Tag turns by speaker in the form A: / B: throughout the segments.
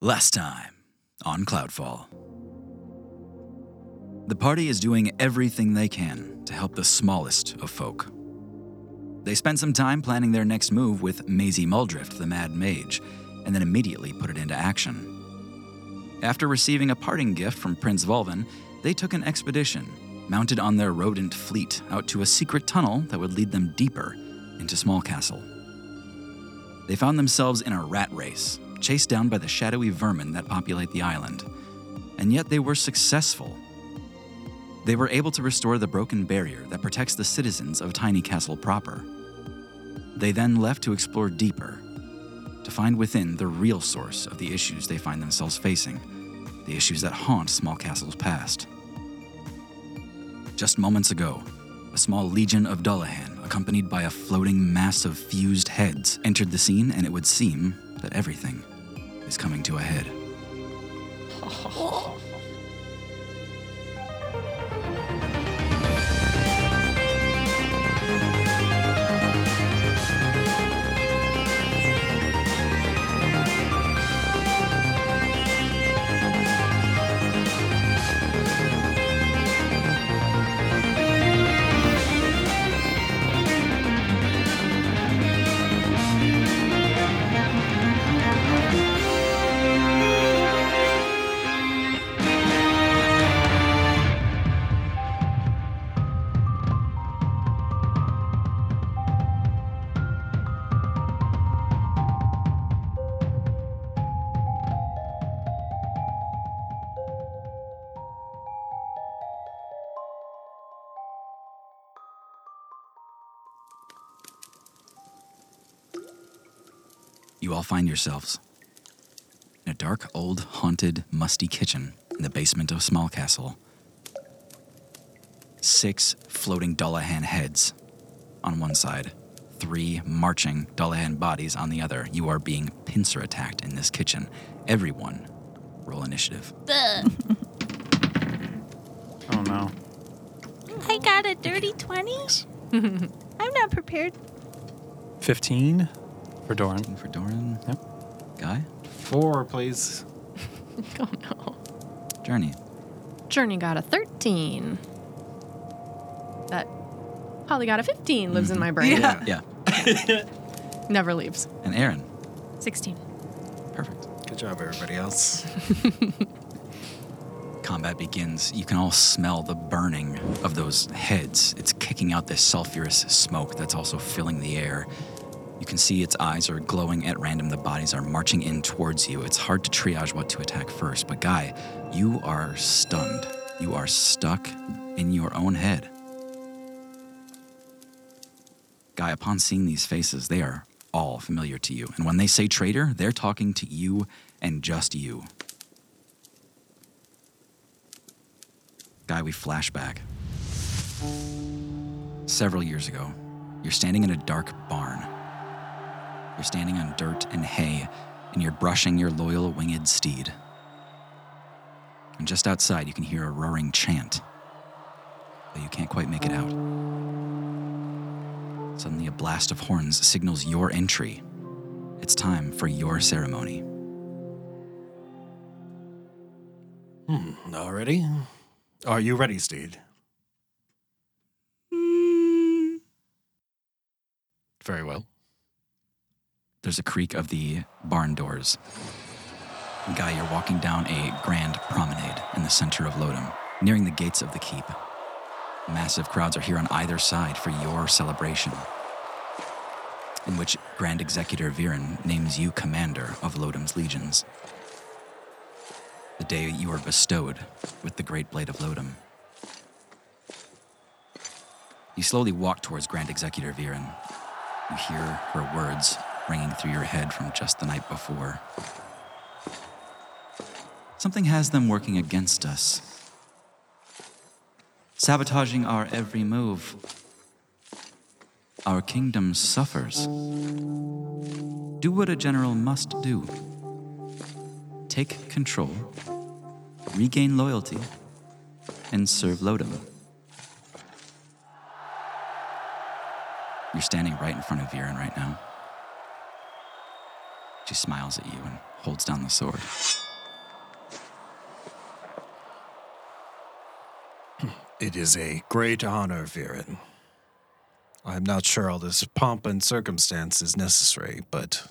A: Last time on Cloudfall. The party is doing everything they can to help the smallest of folk. They spent some time planning their next move with Maisie Muldrift, the Mad Mage, and then immediately put it into action. After receiving a parting gift from Prince Volvin, they took an expedition, mounted on their rodent fleet, out to a secret tunnel that would lead them deeper into Smallcastle. They found themselves in a rat race, chased down by the shadowy vermin that populate the island. And yet they were successful. They were able to restore the broken barrier that protects the citizens of Tiny Castle proper. They then left to explore deeper, to find within the real source of the issues they find themselves facing, the issues that haunt Small Castle's past. Just moments ago, a small legion of Dullahan, accompanied by a floating mass of fused heads, entered the scene, and it would seem that everything is coming to a head. You all find yourselves in a dark, old, haunted, musty kitchen in the basement of a small castle. Six floating Dullahan heads on one side, three marching Dullahan bodies on the other. You are being pincer attacked in this kitchen. Everyone, roll initiative.
B: Oh no.
C: I got a dirty 20. I'm not prepared.
B: 15 for Doran.
A: For Doran,
B: Yep.
A: Guy,
B: Four, please.
D: Oh no.
A: Journey.
D: Journey got a 13. That Holly got a 15, lives in my brain.
E: Yeah.
A: Yeah.
D: Never leaves.
A: And Aaron.
D: 16.
A: Perfect.
E: Good job, everybody else.
A: Combat begins. You can all smell the burning of those heads. It's kicking out this sulfurous smoke that's also filling the air. You can see its eyes are glowing at random. The bodies are marching in towards you. It's hard to triage what to attack first, but Guy, you are stunned. You are stuck in your own head. Guy, upon seeing these faces, they are all familiar to you. And when they say traitor, they're talking to you and just you. Guy, we flashback. Several years ago, you're standing in a dark barn. You're standing on dirt and hay, and you're brushing your loyal winged steed. And just outside, you can hear a roaring chant, but you can't quite make it out. Suddenly, a blast of horns signals your entry. It's time for your ceremony.
E: Already? Are you ready, Steed? Very well.
A: There's a creak of the barn doors. And Guy, you're walking down a grand promenade in the center of Lodom, nearing the gates of the keep. Massive crowds are here on either side for your celebration, in which Grand Executor Viren names you commander of Lodom's legions. The day you are bestowed with the Great Blade of Lodom. You slowly walk towards Grand Executor Viren, you hear her words ringing through your head from just the night before. Something has them working against us, sabotaging our every move. Our kingdom suffers. Do what a general must do take control, regain loyalty, and serve Lodom. You're standing right in front of Viren right now. She smiles at you and holds down the sword.
E: It is a great honor, Viren. I am not sure all this pomp and circumstance is necessary, but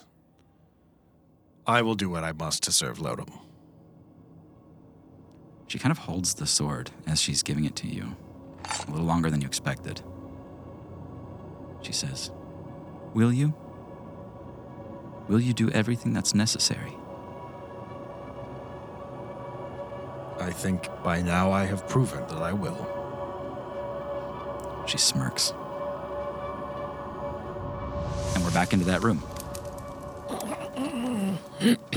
E: I will do what I must to serve Lodom.
A: She kind of holds the sword as she's giving it to you, a little longer than you expected. She says, Will you? Will you do everything that's necessary?
E: I think by now I have proven that I will.
A: She smirks. And we're back into that room.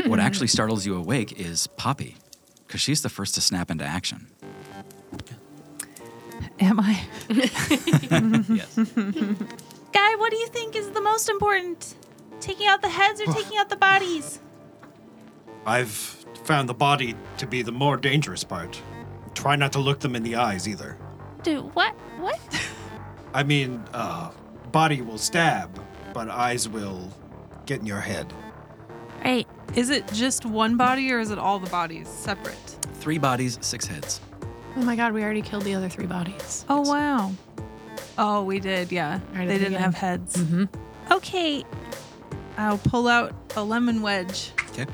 A: what actually startles you awake is Poppy, because she's the first to snap into action.
F: Am I?
A: yes.
C: Guy, what do you think is the most important? Taking out the heads or taking out the bodies?
G: I've found the body to be the more dangerous part. Try not to look them in the eyes either.
C: Dude, what? What?
G: I mean, uh, body will stab, but eyes will get in your head.
C: Right.
F: Is it just one body or is it all the bodies separate?
A: Three bodies, six heads.
D: Oh my god, we already killed the other three bodies.
F: Oh wow. Oh, we did. Yeah,
D: Right at
F: they
D: the
F: didn't have
D: beginning. Mm-hmm.
F: heads.
C: Okay.
F: I'll pull out a lemon wedge
A: Okay.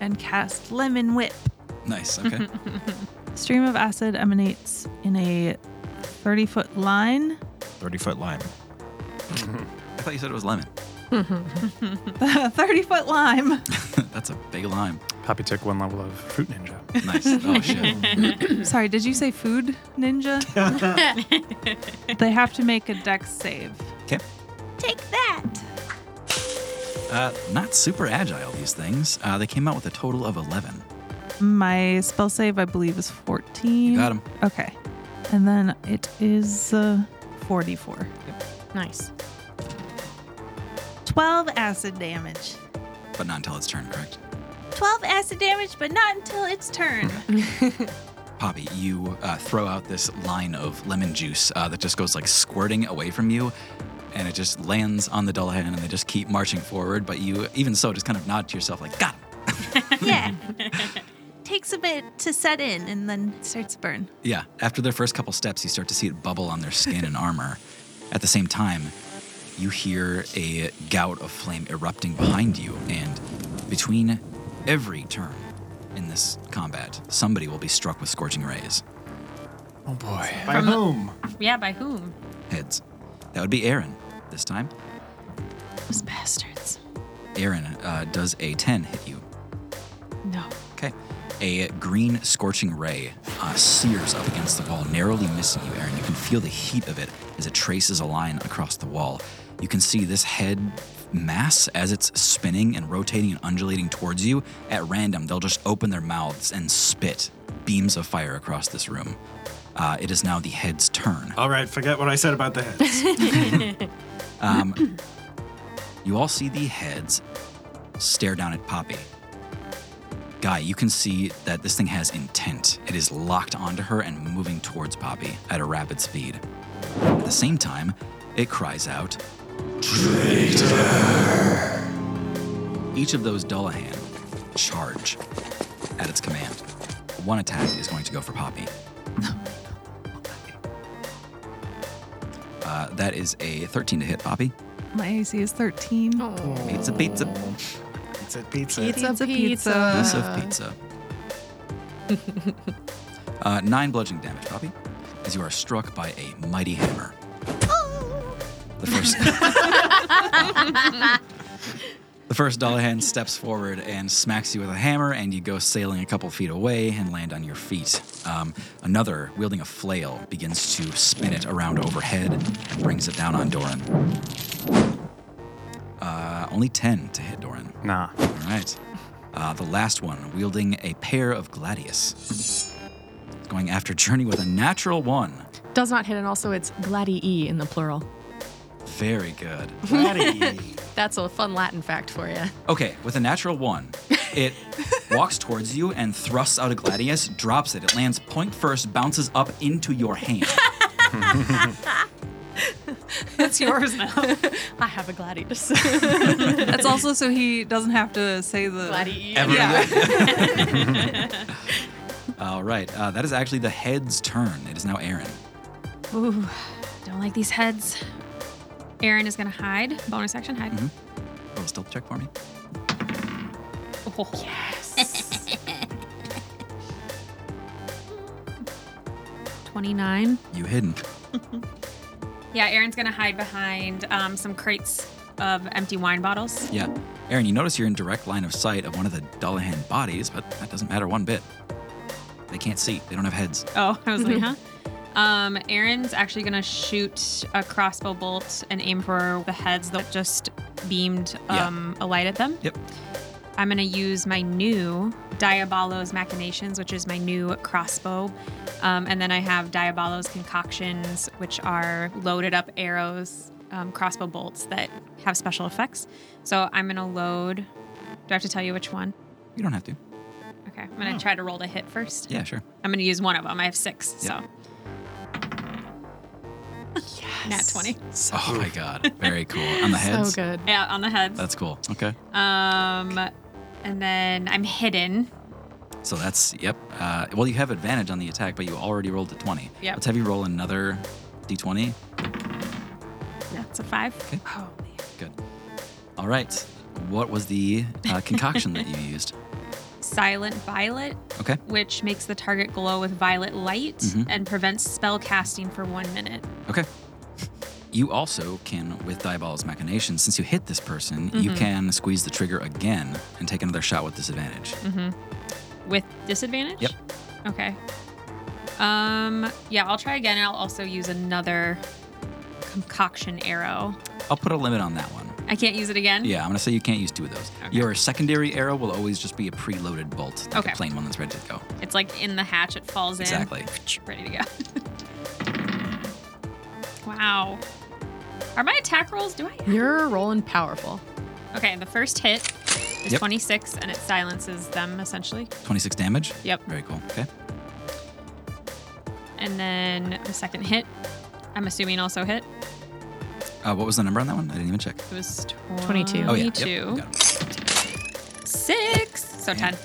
F: and cast lemon whip.
A: Nice. Okay.
F: Stream of acid emanates in a 30 foot line.
E: 30 foot line.
A: I thought you said it was lemon.
F: 30 foot lime.
A: That's a big lime.
B: Poppy took one level of Fruit Ninja.
A: Nice. Oh, shit.
F: Sorry, did you say food ninja? they have to make a dex save.
A: Okay.
C: Take that.
A: Uh, not super agile, these things. Uh, they came out with a total of 11.
F: My spell save, I believe, is 14.
A: You got 'em.
F: Okay. And then it is uh, 44.
D: Nice.
F: 12 acid damage.
A: But not until its turn, correct?
C: 12 acid damage, but not until its turn.
A: Poppy, you uh, throw out this line of lemon juice uh, that just goes like squirting away from you, and it just lands on the dull head, and they just keep marching forward. But you, even so, just kind of nod to yourself, like, got him.
C: yeah. Takes a bit to set in and then starts to burn.
A: Yeah, after their first couple steps, you start to see it bubble on their skin and armor. At the same time, you hear a gout of flame erupting behind you, and between every turn in this combat, somebody will be struck with scorching rays.
B: Oh boy.
G: By whom?
H: Yeah, by whom?
A: Heads. That would be Aaron this time.
D: Those bastards.
A: Aaron, uh, does a 10 hit you?
D: No.
A: Okay. A green scorching ray uh, sears up against the wall, narrowly missing you, Aaron. You can feel the heat of it as it traces a line across the wall. You can see this head mass as it's spinning and rotating and undulating towards you. At random, they'll just open their mouths and spit beams of fire across this room. Uh, it is now the head's turn.
G: All right, forget what I said about the heads.
A: Um, you all see the heads stare down at Poppy. Guy, you can see that this thing has intent. It is locked onto her and moving towards Poppy at a rapid speed. At the same time, it cries out, Traitor! Each of those Dullahan charge at its command. One attack is going to go for Poppy. Uh, that is a 13 to hit, Poppy.
F: My AC is 13.
A: Pizza, pizza.
G: it's a pizza.
D: Pizza,
F: Pizza,
D: pizza.
F: pizza.
A: piece of pizza. uh, nine bludgeoning damage, Poppy, as you are struck by a mighty hammer. The first. the first Dollahan steps forward and smacks you with a hammer, and you go sailing a couple feet away and land on your feet. Um, another, wielding a flail, begins to spin it around overhead and brings it down on Doran. Uh, only 10 to hit Doran.
B: Nah.
A: All right. Uh, the last one, wielding a pair of gladius. It's Going after Journey with a natural one.
D: Does not hit, and also it's gladii in the plural.
A: Very good.
D: That's a fun Latin fact for you.
A: Okay, with a natural one, it walks towards you and thrusts out a gladius, drops it. It lands point first, bounces up into your hand.
F: That's yours now.
D: I have a gladiatus.
F: That's also so he doesn't have to say the.
D: gladiatus.
A: Everyone-
F: Yeah.
A: All right. Uh, that is actually the head's turn. It is now Aaron.
C: Ooh, don't like these heads. Aaron is gonna hide. Bonus action hide.
A: Roll a stealth Oh, check for me.
C: Oh, Twenty-nine.
A: You hidden.
C: Yeah, Aaron's gonna hide behind um, some crates of empty wine bottles.
A: Yeah. Aaron, you notice you're in direct line of sight of one of the Dullahan bodies, but that doesn't matter one bit. They can't see. They don't have heads.
C: Oh, I was like, huh? Um, Aaron's actually gonna shoot a crossbow bolt and aim for the heads that just beamed
A: Yeah.
C: um, a light at them.
A: Yep.
C: I'm gonna use my new Diabolo's Machinations, which is my new crossbow, um, and then I have Diabolo's Concoctions, which are loaded up arrows, um, crossbow bolts that have special effects. So I'm gonna load. Do I have to tell you which one?
A: You don't have to.
C: Okay, I'm
A: Hmm.
C: gonna try to roll to hit first.
A: Yeah, sure.
C: I'm gonna use one of them. I have six,
A: Yeah.
C: so. Yes. Nat 20.
A: Oh my god. Very cool. On the heads.
D: So good.
C: Yeah, on the heads.
A: That's cool. Okay.
C: um, and then I'm hidden.
A: So that's yep. Uh, well, you have advantage on the attack, but you already rolled a twenty.
C: Yep.
A: Let's have you roll another d20.
C: That's a five.
A: Okay.
C: Oh, man.
A: Good. All right. What was the uh, concoction that you used?
C: Silent Violet,
A: Okay.
C: which makes the target glow with violet light
A: Mm-hmm.
C: and prevents spell casting for one minute.
A: Okay. You also can, with Diabol's Machination, since you hit this person, you
C: Mm-hmm.
A: can squeeze the trigger again and take another shot with disadvantage.
C: Mm. With disadvantage?
A: Yep.
C: Okay. Um, yeah, I'll try again. and I'll also use another concoction arrow.
A: I'll put a limit on that one.
C: I can't use it again?
A: Yeah, I'm gonna say you can't use two of those.
C: Okay.
A: Your secondary arrow will always just be a preloaded bolt, like
C: Okay.
A: a plain one that's ready to go.
C: It's like in the hatch, it falls
A: Exactly.
C: in. Ready to go. wow. Are my attack rolls? Do I?
D: You're rolling powerful.
C: Okay, the first hit is
A: Yep.
C: 26 and it silences them essentially.
A: 26 damage.
C: Yep.
A: Very cool. Okay.
C: And then the second hit, I'm assuming also hit.
A: Uh, what was the number on that one? I didn't even check.
C: It was
D: 22.
C: 22.
A: Oh yeah. Yep, got it.
C: Six. So
A: Yeah.
C: 10.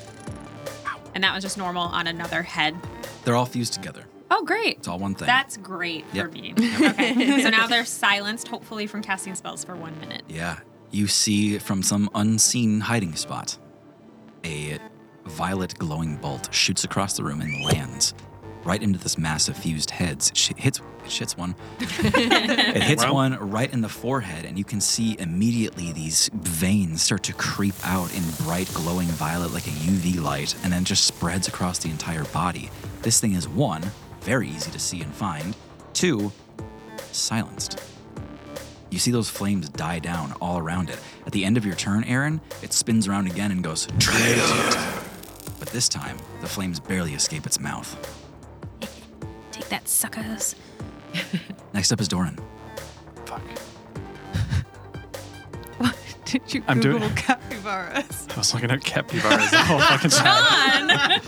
C: And that was just normal on another head.
A: They're all fused together.
C: Oh, great.
A: It's all one thing.
C: That's great for
A: Yep.
C: me. Okay. so now they're silenced, hopefully, from casting spells for one minute.
A: Yeah. You see from some unseen hiding spot, a violet glowing bolt shoots across the room and lands right into this mass of fused heads. It sh- hits, it shits one. it hits
G: Well.
A: one right in the forehead, and you can see immediately these veins start to creep out in bright, glowing violet like a UV light, and then just spreads across the entire body. This thing is one, very easy to see and find, two, silenced. You see those flames die down all around it. At the end of your turn, Aaron, it spins around again and goes, Traitor! But this time, the flames barely escape its mouth.
C: Take that, suckers.
A: Next up is Doran.
B: Fuck.
F: Did you
B: I'm doing-
F: Google capybaras?
B: I was looking at capybaras the whole fucking time.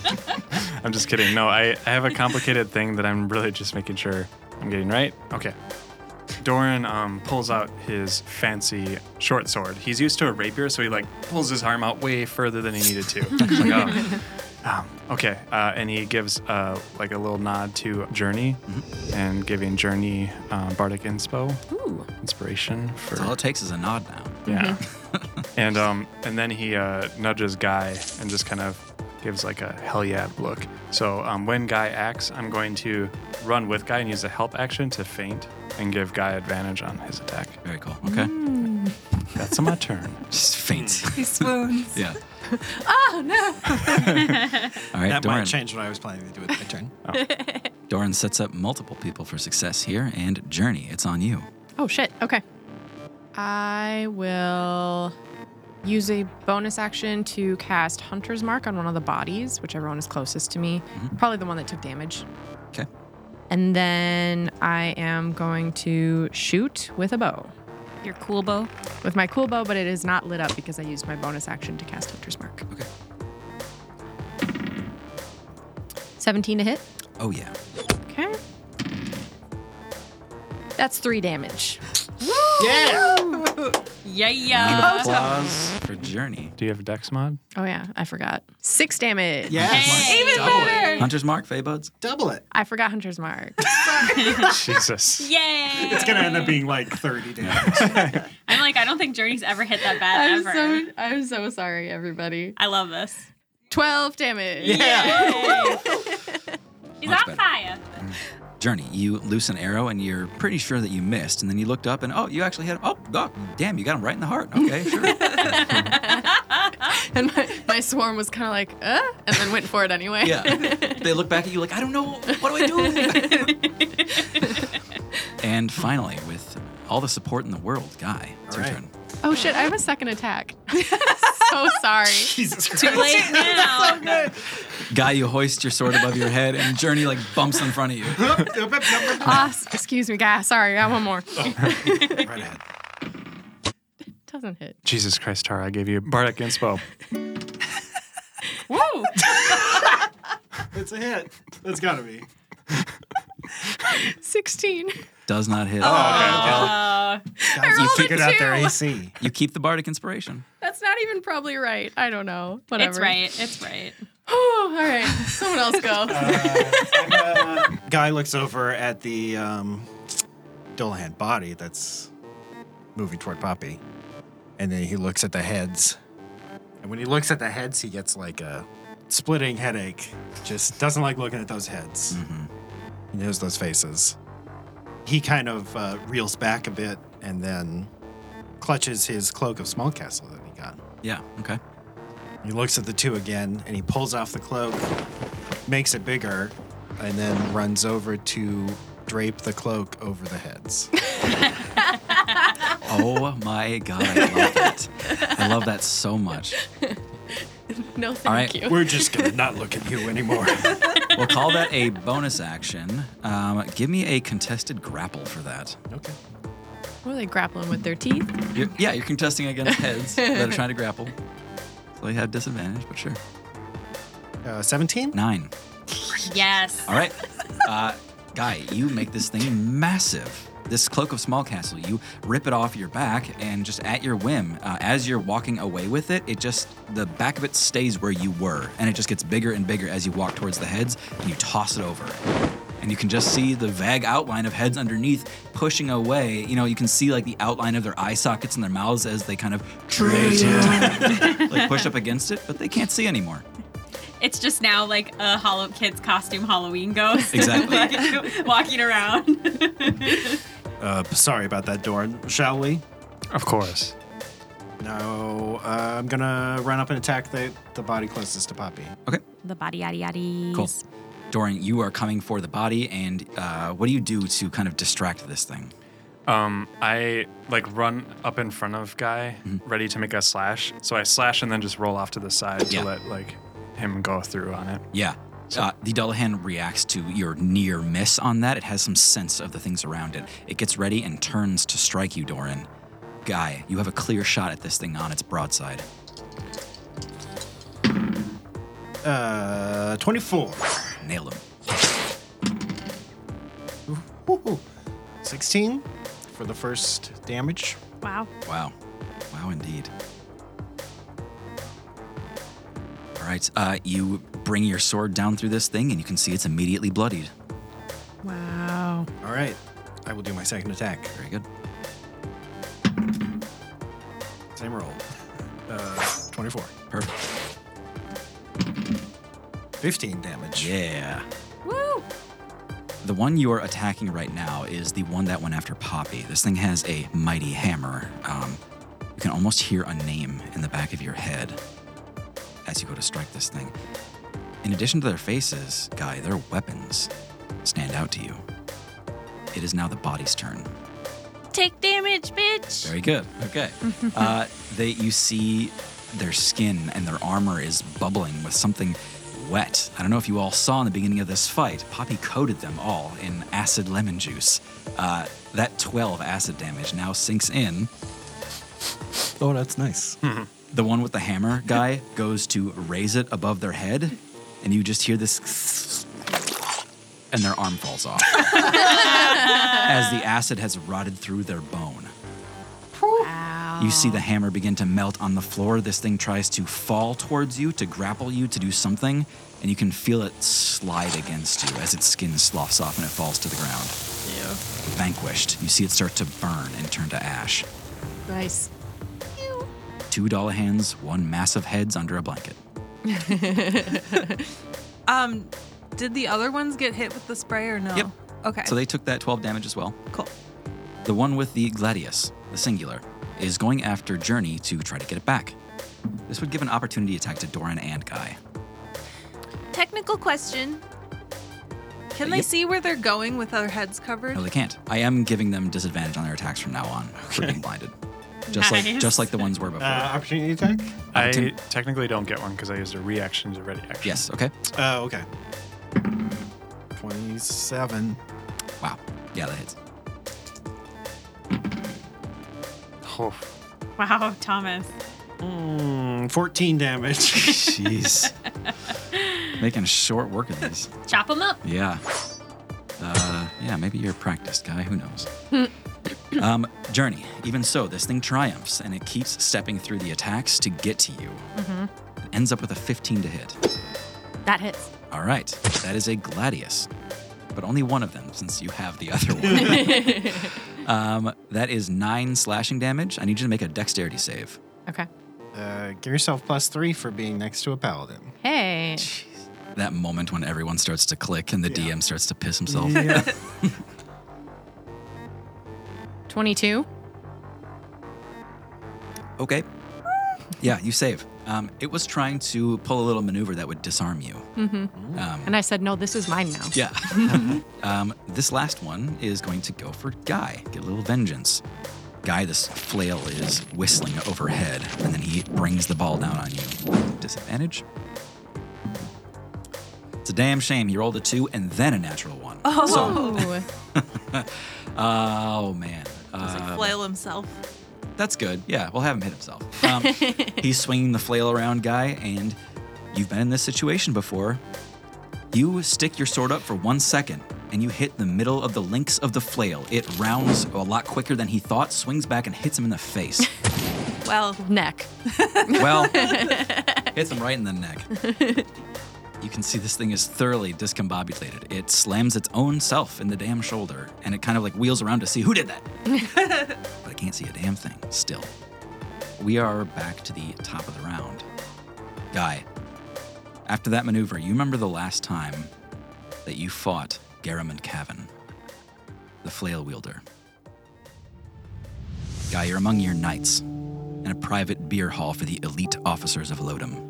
B: I'm just kidding. No, I, I have a complicated thing that I'm really just making sure I'm getting right. Okay. Doran um, pulls out his fancy short sword. He's used to a rapier, so he like pulls his arm out way further than he needed to. Like, oh, um, okay, uh, and he gives uh, like a little nod to Journey, and giving Journey um, bardic inspo
D: Ooh.
B: inspiration for
A: So all it takes is a nod now.
B: yeah. and um, and then he uh, nudges Guy and just kind of gives like a hell yeah look. So um, when Guy acts, I'm going to run with Guy and use a help action to feint and give Guy advantage on his attack.
A: Very cool. Okay.
C: Mm.
B: That's my turn.
A: Just faint.
F: He swoons.
A: yeah.
D: Oh no.
A: All right,
G: that
A: Doran.
G: might change what I was planning to do with my turn.
A: Doran sets up multiple people for success here, and Journey, it's on you.
D: Oh shit. Okay. I will use a bonus action to cast Hunter's Mark on one of the bodies, whichever one is closest to me. Probably the one that took damage.
A: Okay.
D: And then I am going to shoot with a bow.
C: Your cool bow.
D: With my cool bow, but it is not lit up because I used my bonus action to cast Hunter's Mark.
A: Okay.
D: 17 to hit.
A: Oh, yeah.
D: Okay. That's three damage.
E: Yeah.
C: Yeah, yeah.
B: Applause.
A: for Journey.
B: Do you have a Dex mod?
D: Oh yeah, I forgot. Six damage.
E: Yes.
C: Hey. Even
E: better.
A: Hunter's Mark, Fey Buds?
E: Double it.
D: I forgot Hunter's Mark.
B: Jesus.
C: Yay!
E: It's gonna end up being like 30 damage.
C: I'm like, I don't think Journey's ever hit that bad
D: I'm
C: ever.
D: so I'm so sorry, everybody.
C: I love this.
D: Twelve damage.
C: Yay. He's
A: Much better.
C: on fire.
A: Journey, you loose an arrow and you're pretty sure that you missed, and then you looked up and oh, you actually hit him. Oh, oh damn, you got him right in the heart. Okay, sure.
D: And my, my swarm was kind of like, uh, and then went for it anyway.
A: yeah. They look back at you like, I don't know, what do I do? and finally, with all the support in the world, Guy, it's your
E: All right.
A: turn.
D: Oh shit, I have a second attack. so sorry.
E: Jesus Christ.
C: Too late now.
A: Guy, you hoist your sword above your head, and Journey like bumps in front of you.
D: Ah, s- excuse me, guy. Sorry, I got one more.
A: Oh.
E: Right ahead.
D: Doesn't hit.
B: Jesus Christ, Tara, I gave you Bardic Inspo.
C: Woo!
E: It's a hit. That's gotta be.
D: Sixteen.
A: Does not hit.
C: Uh,
E: Guys,
D: rolled a two.
E: AC.
A: You keep the bardic inspiration.
D: That's not even probably right. I don't know. Whatever.
C: it's right. It's right.
D: all right. Someone else go.
A: Uh,
E: Guy looks over at the um, Dolahan body that's moving toward Poppy, and then he looks at the heads. And when he looks at the heads, he gets like a splitting headache. Just doesn't like looking at those heads. He knows those faces. He kind of uh, reels back a bit and then clutches his cloak of small castle that he got.
A: Yeah. Okay.
E: He looks at the two again and he pulls off the cloak, makes it bigger, and then runs over to drape the cloak over the heads.
A: Oh my god, I love that. I love that so much.
D: No, thank
A: right.
D: you.
E: We're just gonna not look at you anymore.
A: We'll call that a bonus action. Um, give me a contested grapple for that.
E: okay.
D: What are they grappling with their teeth?
A: You're, yeah, you're contesting against heads that are trying to grapple. So you had disadvantage, but sure.
E: Uh, 17?
A: Nine.
C: Yes.
A: All right. Uh, guy, you make this thing massive. This cloak of small castle, you rip it off your back, and just at your whim, uh, as you're walking away with it, it just, the back of it stays where you were, and it just gets bigger and bigger as you walk towards the heads, and you toss it over. And you can just see the vague outline of heads underneath pushing away. You know, you can see like the outline of their eye sockets and their mouths as they kind of like push up against it, but they can't see anymore.
C: It's just now like a hollow kid's costume Halloween ghost.
A: Exactly.
C: Like, walking around.
E: Uh, sorry about that, Dorn. Shall we?
B: Of course.
E: No, uh, I'm gonna run up and attack the, the body closest to Poppy.
A: Okay.
C: The body yaddy yaddies.
A: Cool. Dorian, you are coming for the body, and uh, what do you do to kind of distract this thing?
B: Um, I like run up in front of guy, ready to make a slash. So I slash and then just roll off to the side
A: Yeah.
B: to let like him go through on it.
A: Yeah. Uh, the Dullahan reacts to your near miss on that. It has some sense of the things around it. It gets ready and turns to strike you, Doran. Guy, you have a clear shot at this thing on its broadside.
E: Uh, 24.
A: Nail him.
E: Woohoo. 16 for the first damage.
C: Wow.
A: Wow. Wow, indeed. All right. Uh, you bring your sword down through this thing, and you can see it's immediately bloodied.
D: Wow.
E: All right, I will do my second attack.
A: Very good.
E: Same roll. Uh, 24.
A: Perfect.
E: 15 damage.
A: Yeah.
C: Woo!
A: The one you are attacking right now is the one that went after Poppy. This thing has a mighty hammer. Um, you can almost hear a name in the back of your head as you go to strike this thing. In addition to their faces, Guy, their weapons stand out to you. It is now the body's turn.
C: Take damage, bitch.
A: Very good. Okay. uh, they, you see their skin and their armor is bubbling with something wet. I don't know if you all saw in the beginning of this fight, Poppy coated them all in acid lemon juice. Uh, that 12 acid damage now sinks in.
E: Oh, that's nice.
A: The one with the hammer guy goes to raise it above their head, and you just hear this and their arm falls off as the acid has rotted through their bone. You see the hammer begin to melt on the floor. This thing tries to fall towards you, to grapple you, to do something, and you can feel it slide against you as its skin sloughs off and it falls to the ground. Vanquished, you see it start to burn and turn to ash.
D: Nice.
A: Two dollar hands, one massive heads under a blanket.
F: Um, did the other ones get hit with the spray or no?
A: Yep.
F: Okay.
A: So they took that 12 damage as well.
F: cool.
A: The one with the Gladius, the singular, is going after Journey to try to get it back. This would give an opportunity attack to Doran and Guy.
F: Technical question. Can they
A: Yep.
F: see where they're going with their heads covered?
A: No, they can't. I am giving them disadvantage on their attacks from now on for being blinded. Just like
C: Nice.
A: just like the ones were
E: Uh.
A: before.
G: Uh, opportunity attack?
B: I
A: Opportun-
B: technically don't get one because I used a reaction to ready action.
A: yes, okay.
E: Uh,
G: Oh, okay. 27.
A: Wow. Yeah, that hits.
B: Oh,
C: Wow, Thomas.
G: Mm, 14 damage.
A: Jeez. Making short work of these.
C: Chop them up.
A: Yeah. Uh, yeah, maybe you're a practiced guy. Who knows? um, Journey. Even so, this thing triumphs and it keeps stepping through the attacks to get to you. It ends up with a 15 to hit.
C: Mm-hmm. That hits.
A: All right, that is a gladius, but only one of them since you have the other one. um, that is nine slashing damage. I need you to make a dexterity save.
D: Okay.
G: uh, give yourself plus three for being next to a paladin.
D: Hey.
A: That moment when everyone starts to click and the DM starts to piss himself.
D: 22.
A: Okay. Yeah, you save. Um, it was trying to pull a little maneuver that would disarm you.
D: And I said, no, this is mine now.
A: Yeah. um, this last one is going to go for Guy. Get a little vengeance. Guy, this flail is whistling overhead, and then he brings the ball down on you. Disadvantage. It's a damn shame. You rolled a two and then a natural one. Oh,
D: Ooh.
A: oh man. Uh,
F: Like flail himself.
A: that's good. Yeah, we'll have him hit himself. Um, he's swinging the flail around, guy, and you've been in this situation before. You stick your sword up for one second, and you hit the middle of the links of the flail. It rounds a lot quicker than he thought, swings back, and hits him in the face.
F: Well,
D: Neck.
A: well, hits him right in the neck. You can see this thing is thoroughly discombobulated. It slams its own self in the damn shoulder, and it kind of like wheels around to see who did that. but I can't see a damn thing still. We are back to the top of the round. Guy, after that maneuver, you remember the last time that you fought Garamond Cavan, the flail wielder. Guy, you're among your knights in a private beer hall for the elite officers of Lodom.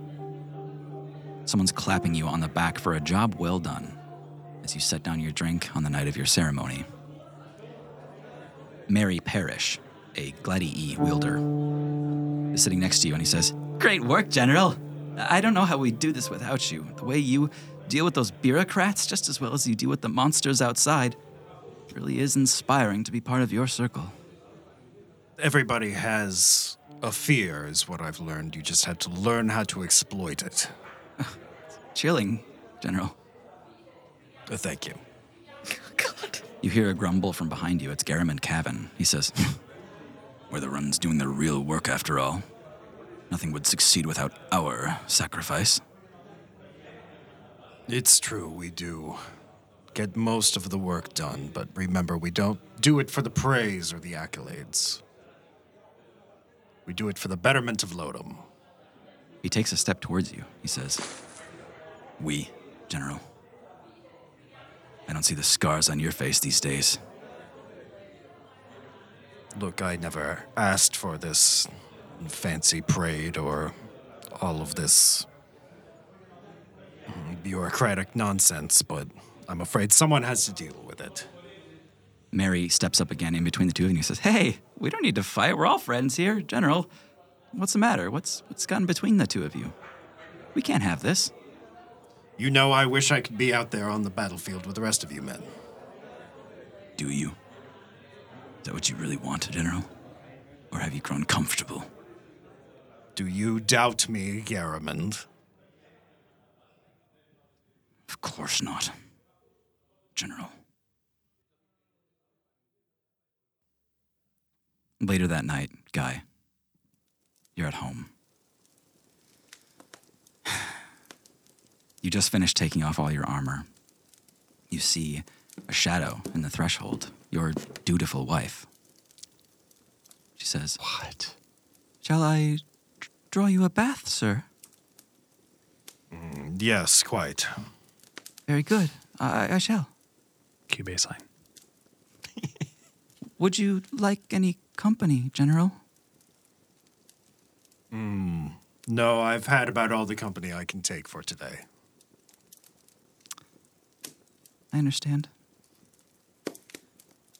A: Someone's clapping you on the back for a job well done as you set down your drink on the night of your ceremony. Mary Parrish, a Gladii wielder, is sitting next to you and he says, Great work, General! I don't know how we do this without you. The way you deal with those bureaucrats just as well as you deal with the monsters outside it really is inspiring to be part of your circle.
E: Everybody has a fear, is what I've learned. You just have to learn how to exploit it.
A: Chilling, General.
E: Uh, thank you.
A: You hear a grumble from behind you. It's Garamond Cavan. He says, Where the run's doing the real work after all. Nothing would succeed without our sacrifice.
E: It's true, we do get most of the work done, but remember, we don't do it for the praise or the accolades. We do it for the betterment of Lodom.
A: He takes a step towards you. He says, We, General. I don't see the scars on your face these days.
E: Look, I never asked for this fancy parade or all of this bureaucratic nonsense, but I'm afraid someone has to deal with it.
A: Mary steps up again in between the two of you and says, Hey, we don't need to fight. We're all friends here, General. What's the matter? What's, what's gotten between the two of you? We can't have this.
E: You know, I wish I could be out there on the battlefield with the rest of you men.
A: Do you? Is that what you really want, General? Or have you grown comfortable?
E: Do you doubt me, Garamond?
A: Of course not, General. Later that night, Guy, You're at home. You just finished taking off all your armor. You see a shadow in the threshold, your dutiful wife. She says,
E: What?
A: Shall I d- draw you a bath, sir?
E: Yes, quite.
A: Very good. I, I shall.
B: Q baseline.
A: Would you like any company, General?
E: No, I've had about all the company I can take for today.
A: I understand.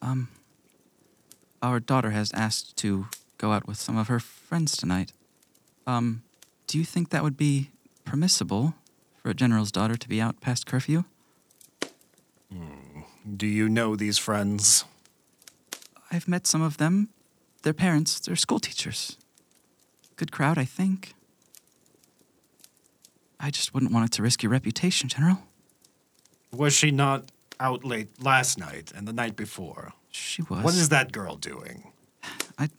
A: Um, our daughter has asked to go out with some of her friends tonight. Um, do you think that would be permissible for a general's daughter to be out past curfew?
E: Do you know these friends?
A: I've met some of them. Their parents, they're school teachers. Good crowd, I think. I just wouldn't want it to risk your reputation, General.
E: Was she not out late last night and the night before?
A: She was.
E: What is that girl doing?
A: I,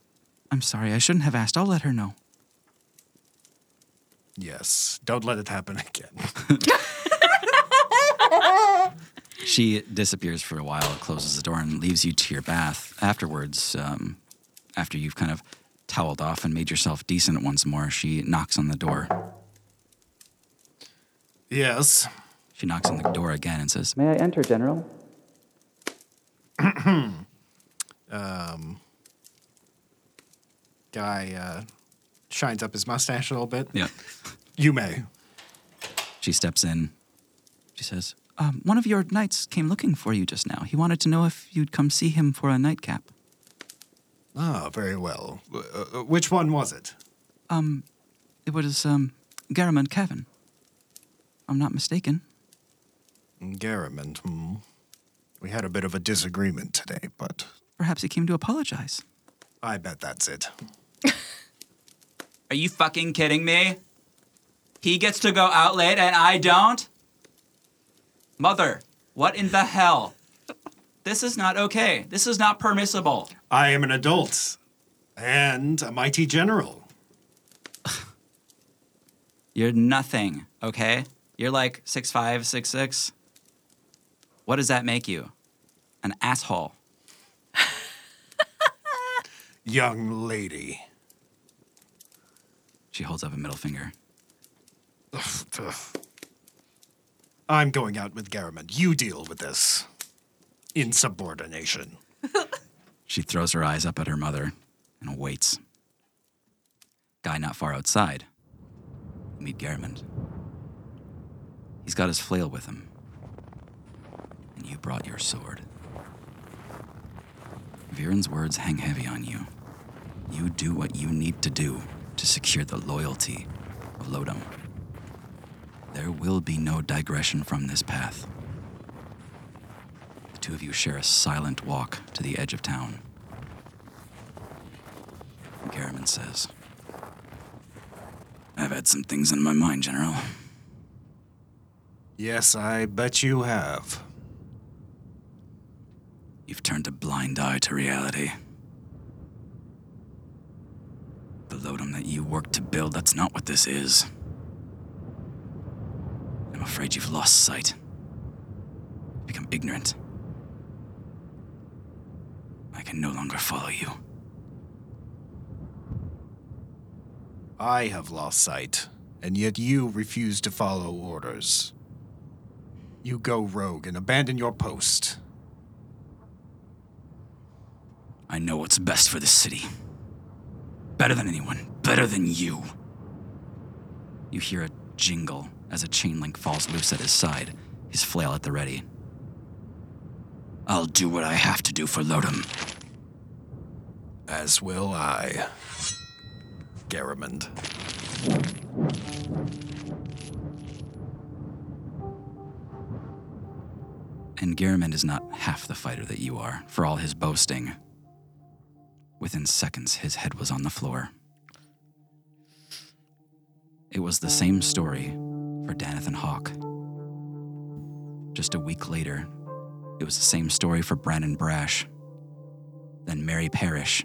A: I'm sorry. I shouldn't have asked. I'll let her know.
E: Yes, don't let it happen again.
A: She disappears for a while, closes the door, and leaves you to your bath. Afterwards, um, after you've kind of toweled off and made yourself decent once more, she knocks on the door.
E: yes.
A: She knocks on the door again and says,
H: May I enter, General?
E: Guy uh, shines up his mustache a little bit.
A: "Yeah."
E: You may.
A: She steps in. She says, um, "One of your knights came looking for you just now. He wanted to know if you'd come see him for a nightcap.
E: Ah, very well. W- Uh, uh, which one was it?
A: It was um, Garamond Cavan. I'm not mistaken."
E: Garamond. Hmm. We had a bit of a disagreement today, but
A: Perhaps he came to apologize.
E: I bet that's it.
A: Are you fucking kidding me? He gets to go out late and I don't? Mother, what in the hell? This is not okay. This is not permissible.
E: I am an adult and a mighty general.
A: You're nothing, okay? You're like six five, six six. What does that make you? An asshole.
E: Young lady.
A: She holds up a middle finger.
E: I'm going out with Garamond. You deal with this insubordination.
A: She throws her eyes up at her mother and waits. Guy not far outside. You meet Garamond. He's got his flail with him. And you brought your sword. Viren's words hang heavy on you. You do what you need to do to secure the loyalty of Lodom. There will be no digression from this path. The two of you share a silent walk to the edge of town. Garamond says, I've had some things on my mind, General.
E: Yes, I bet you have.
A: You've turned a blind eye to reality. The Lodum that you worked to build, that's not what this is. I'm afraid you've lost sight. Become ignorant. I can no longer follow you.
E: I have lost sight, and yet you refuse to follow orders. You go rogue and abandon your post.
A: I know what's best for the city. Better than anyone. Better than you. You hear a jingle as a chain link falls loose at his side, his flail at the ready. I'll do what I have to do for Lodom.
E: As will I. Garamond.
A: And Garamond is not half the fighter that you are, for all his boasting. Within seconds, his head was on the floor. It was the same story for Danathan Hawk. Just a week later, it was the same story for Brandon Brash, then Mary Parrish,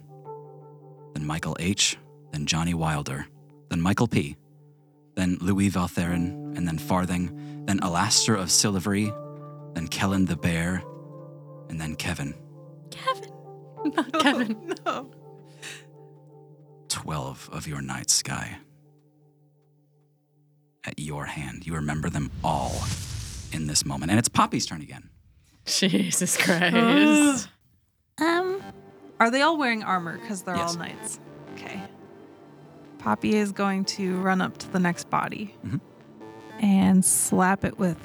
A: then Michael H., then Johnny Wilder, then Michael P., then Louis Valtherin, and then Farthing, then Alaster of Silvery, then Kellen the Bear, and then Kevin.
D: Not Kevin.
F: No.
A: Twelve of your night sky. At your hand. You remember them all in this moment. And it's Poppy's turn again.
D: Jesus Christ.
F: Um, are they all wearing armor? Because they're
A: Yes.
F: all knights. Okay. Poppy is going to run up to the next body
A: Mhm.
F: and slap it with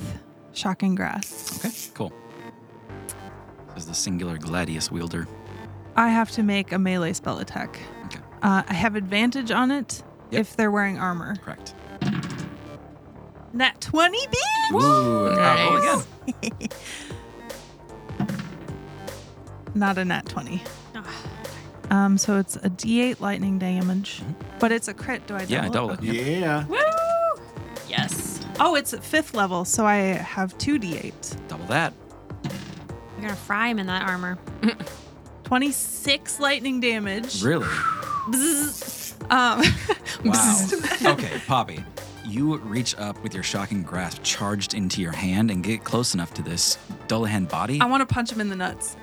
F: shocking grass.
A: Okay, cool. This is the singular gladius wielder.
F: I have to make a melee spell attack.
A: Okay.
F: Uh, I have advantage on it
A: Yep.
F: if they're wearing armor.
A: Correct.
F: Nat 20, bitch!
A: Ooh,
D: Nice.
A: roll again.
F: Not a nat 20.
C: Ugh.
F: Um, so it's a d8 lightning damage, but it's a crit. Do I double
A: Mm-hmm. Yeah,
F: it?
A: double it.
F: Okay.
G: Yeah.
C: Woo! Yes.
F: Oh, it's at fifth level, so I have two d8.
A: Double that.
C: You're gonna fry him in that armor.
F: 26 lightning damage.
A: Really?
F: Bzzz. Um,
A: Wow. okay, Poppy, you reach up with your shocking grasp charged into your hand and get close enough to this Dullahan body.
F: I want to punch him in the nuts.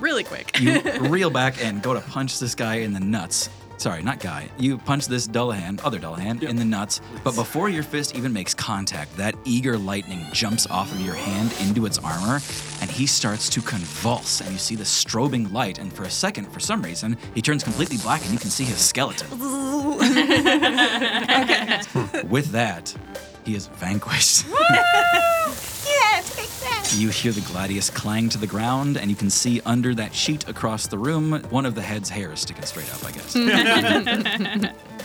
D: really quick.
A: you reel back and go to punch this guy in the nuts. Sorry, not guy. You punch this Dullahan, other Dullahan, in the nuts, but before your fist even makes contact, that eager lightning jumps off of your hand into its armor, and he starts to convulse, and you see the strobing light, and for a second, for some reason, he turns completely black and you can see his skeleton. With that, he is vanquished. You hear the gladius clang to the ground, and you can see under that sheet across the room one of the head's hairs sticking straight up, I guess.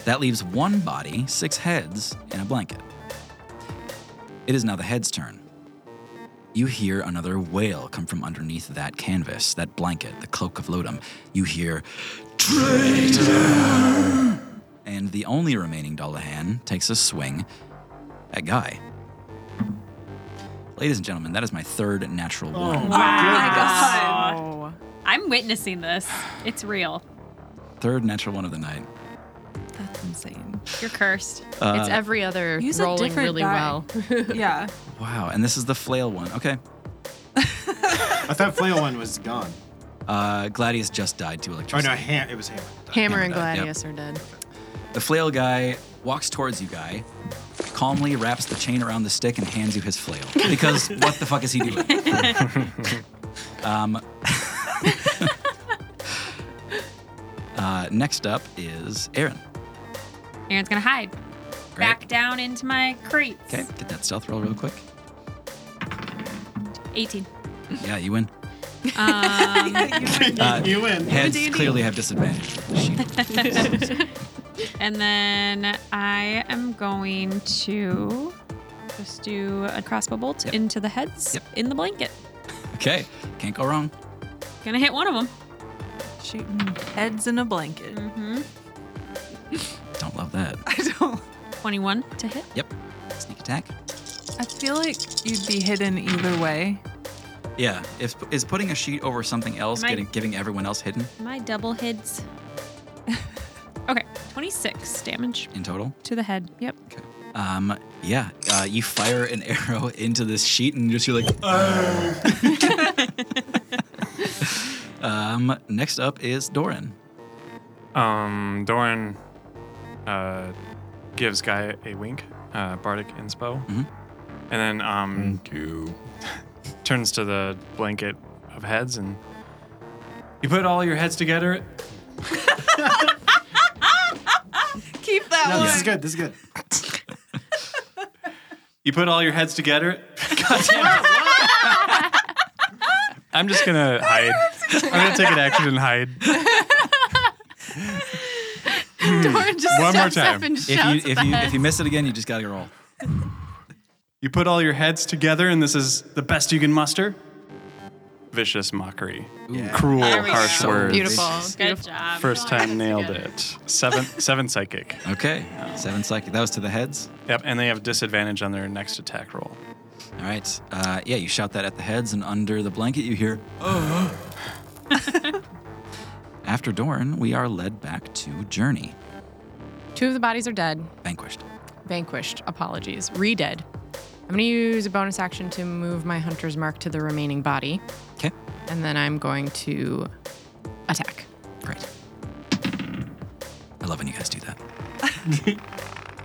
A: that leaves one body, six heads, and a blanket. It is now the head's turn. You hear another wail come from underneath that canvas, that blanket, the cloak of Lodum. You hear, Traitor! And the only remaining Dalahan takes a swing at Guy. Ladies and gentlemen, that is my third natural one.
C: Wow.
D: Oh.
C: I'm witnessing this. It's real.
A: Third natural one of the night.
F: That's insane.
C: You're cursed.
D: it's every other
F: Use a
D: rolling
F: different
D: really
F: die.
D: well.
F: Yeah.
A: Wow, and this is the flail one. Okay.
G: I thought flail one was gone.
A: Uh, Gladius just died to
G: Oh
A: electricity.
G: no, ham- it was hammer.
D: Hammer and
A: Hammer die,
D: Gladius are dead.
A: The flail guy walks towards you, guy, calmly wraps the chain around the stick and hands you his flail. Because what the fuck is he doing? um, uh, next up is Aaron.
C: Aaron's gonna hide.
A: Great.
C: Back down into my crates.
A: Okay, get that stealth roll real quick.
C: 18.
A: Yeah, you win.
C: Um,
A: Uh,
G: You win.
A: heads clearly have disadvantage. Shoot.
C: and then I am going to just do a crossbow bolt
A: Yep.
C: into the heads
A: Yep.
C: in the blanket.
A: Okay, can't go wrong.
C: Gonna hit one of them.
F: Shooting heads in a blanket.
C: Mm-hmm.
A: Don't love that.
F: I don't.
C: 21 to hit.
A: Yep. Sneak attack.
F: I feel like you'd be hidden either way.
A: Yeah. If is putting a sheet over something else
C: Am I-
A: getting, giving everyone else hidden
C: My double hits. okay, 26 damage
A: in total?
C: to the head. Yep.
A: Um. Yeah. Uh, you fire an arrow into this sheet and just you're like. "Oh." um. Next up is Doran.
B: Um, Doran uh, gives Guy a wink, uh, Bardic inspo,
A: Mhm.
B: and then
E: Mm.
B: um,
E: you.
B: turns to the blanket of heads and you put all your heads together.
F: Keep that
G: No, this is good. This is good.
B: You put all your heads together. God damn it. I'm just gonna hide. I'm gonna take an action and hide.
D: Doran just
B: One more
D: steps up
B: time.
D: and
A: If
D: shouts
A: you
D: at
A: if
D: the
A: you
D: head.
A: if you miss it again, you just gotta roll.
B: You put all your heads together, and this is the best you can muster. Vicious mockery, cruel,
C: There we go.
B: harsh
C: So
B: words.
D: Beautiful.
C: Good job.
B: First time nailed it. Seven, seven psychic.
A: Okay. Seven psychic. That was to the heads.
B: Yep, and they have disadvantage on their next attack roll.
A: All right. Uh, yeah. You shout that at the heads and under the blanket you hear. Oh. "Uh." After Doran, we are led back to Journey,
D: Two of the bodies are dead.
A: vanquished.
D: Vanquished. Apologies. Redead. I'm going to use a bonus action to move my hunter's mark to the remaining body,
A: Okay,
D: and then I'm going to attack.
A: great. I love when you guys do that.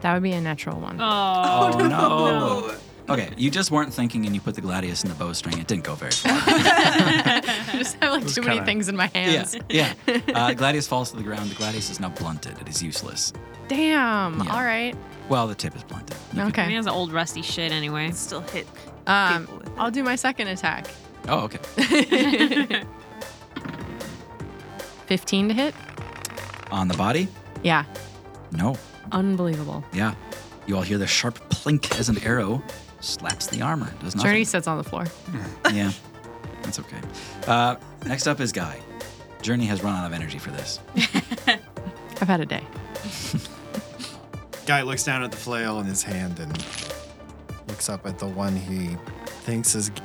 D: That would be a natural one.
C: Oh,
A: Oh, no. Okay, you just weren't thinking and you put the gladius in the bowstring. It didn't go very far.
D: I just have like too many
B: kinda-
D: things in my
A: yeah,
D: hands.
A: yeah. Uh, gladius falls to the ground. The gladius is now blunted. It is useless.
D: Damn.
A: Yeah.
D: All right.
A: Well, the tip is blunted. You could-
C: I mean,
D: Okay.
C: that's old rusty shit anyway.
H: Still hit.
D: Um,
H: people with it.
D: I'll do my second attack.
A: Oh, okay.
D: 15 to hit?
A: On the body?
D: Yeah.
A: No.
D: Unbelievable.
A: Yeah. You all hear the sharp plink as an arrow slaps the armor. Does not.
D: Journey sits on the floor.
A: Yeah. That's okay. Uh, next up is Guy. Journey has run out of energy for this.
D: I've had a day.
G: Guy looks down at the flail in his hand and looks up at the one he thinks is G-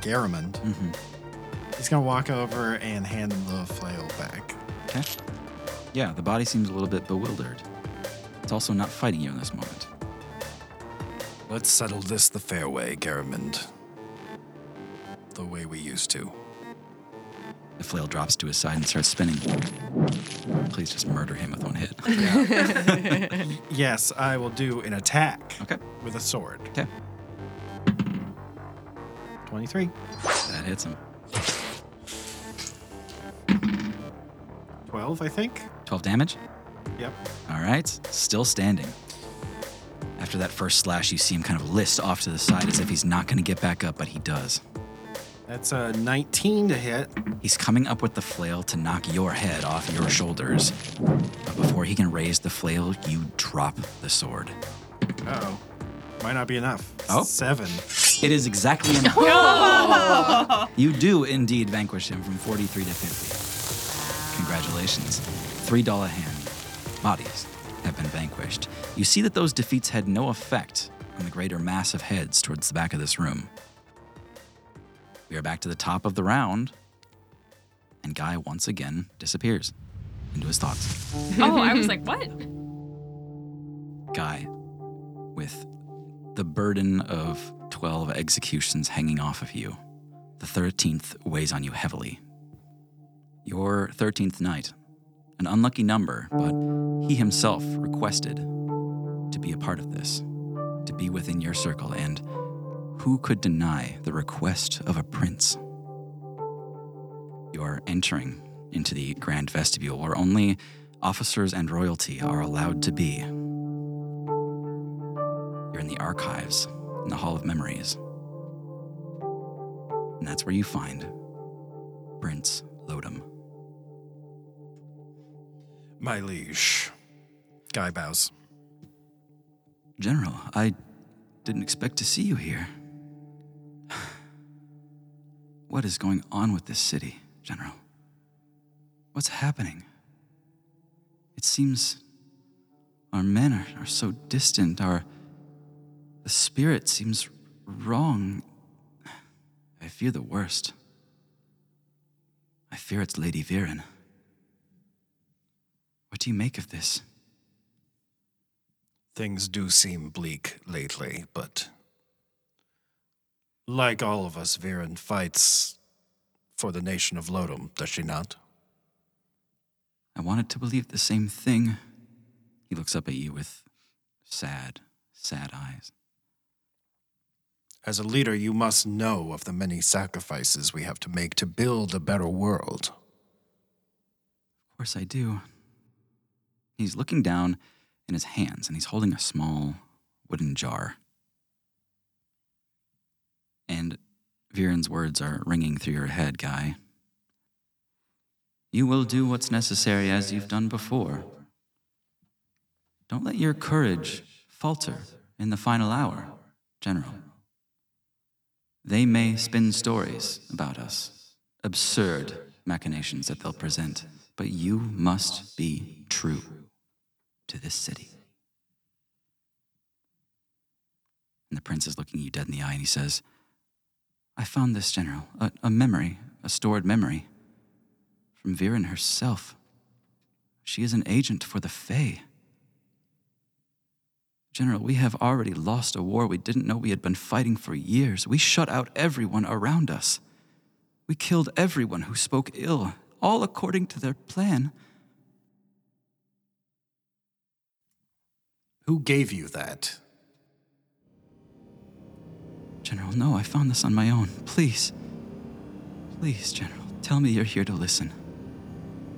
G: Garamond.
E: Mm-hmm.
G: He's gonna walk over and hand him the flail back.
A: Okay. Yeah, the body seems a little bit bewildered. It's also not fighting you in this moment.
E: Let's settle this the fair way, Garamond. The way we used to.
A: The flail drops to his side and starts spinning. Please just murder him with one hit.
G: Yes, I will do an attack
A: Okay.
G: with a sword.
A: Okay.
G: 23,
A: That hits him.
G: 12, I think.
A: 12 damage.
G: Yep.
A: All right, still standing. After that first slash, you see him kind of list off to the side as if he's not going to get back up, but he does.
G: That's a 19 to hit.
A: He's coming up with the flail to knock your head off your shoulders. But before he can raise the flail, you drop the sword.
G: Uh-oh. Might not be enough.
A: Oh.
G: Seven.
A: It is exactly enough. You do indeed vanquish him from 43 to 50. Congratulations. $3 hand. Bodies have been vanquished. You see that those defeats had no effect on the greater mass of heads towards the back of this room. We are back to the top of the round, and Guy once again disappears into his thoughts.
C: oh, I was like, what?
A: guy with the burden of 12 executions hanging off of you. The 13th weighs on you heavily. Your 13th night, an unlucky number, but he himself requested to be a part of this, to be within your circle, and who could deny the request of a prince? You are entering into the grand vestibule where only officers and royalty are allowed to be. You're in the archives, in the Hall of Memories. And that's where you find Prince Lodum.
E: My liege. Guy bows.
A: General, I didn't expect to see you here. What is going on with this city, General? What's happening? It seems our men are, are so distant, our the spirit seems wrong. I fear the worst. I fear it's Lady Viren. What do you make of this?
E: Things do seem bleak lately, but like all of us, Viren fights for the nation of Lodom, does she not?
A: I wanted to believe the same thing. He looks up at you with sad, sad eyes.
E: As a leader, you must know of the many sacrifices we have to make to build a better world.
A: Of course I do. He's looking down in his hands and he's holding a small wooden jar. And Viren's words are ringing through your head, Guy. You will do what's necessary as you've done before. Don't let your courage falter in the final hour, General. They may spin stories about us, absurd machinations that they'll present, but you must be true to this city. And the prince is looking you dead in the eye and he says, I found this, General, a, a memory, a stored memory from Viren herself. She is an agent for the Fae. General, we have already lost a war we didn't know we had been fighting for years. We shut out everyone around us. We killed everyone who spoke ill, all according to their plan.
E: Who gave you that?
A: General, no, I found this on my own. Please. Please, General, tell me you're here to listen.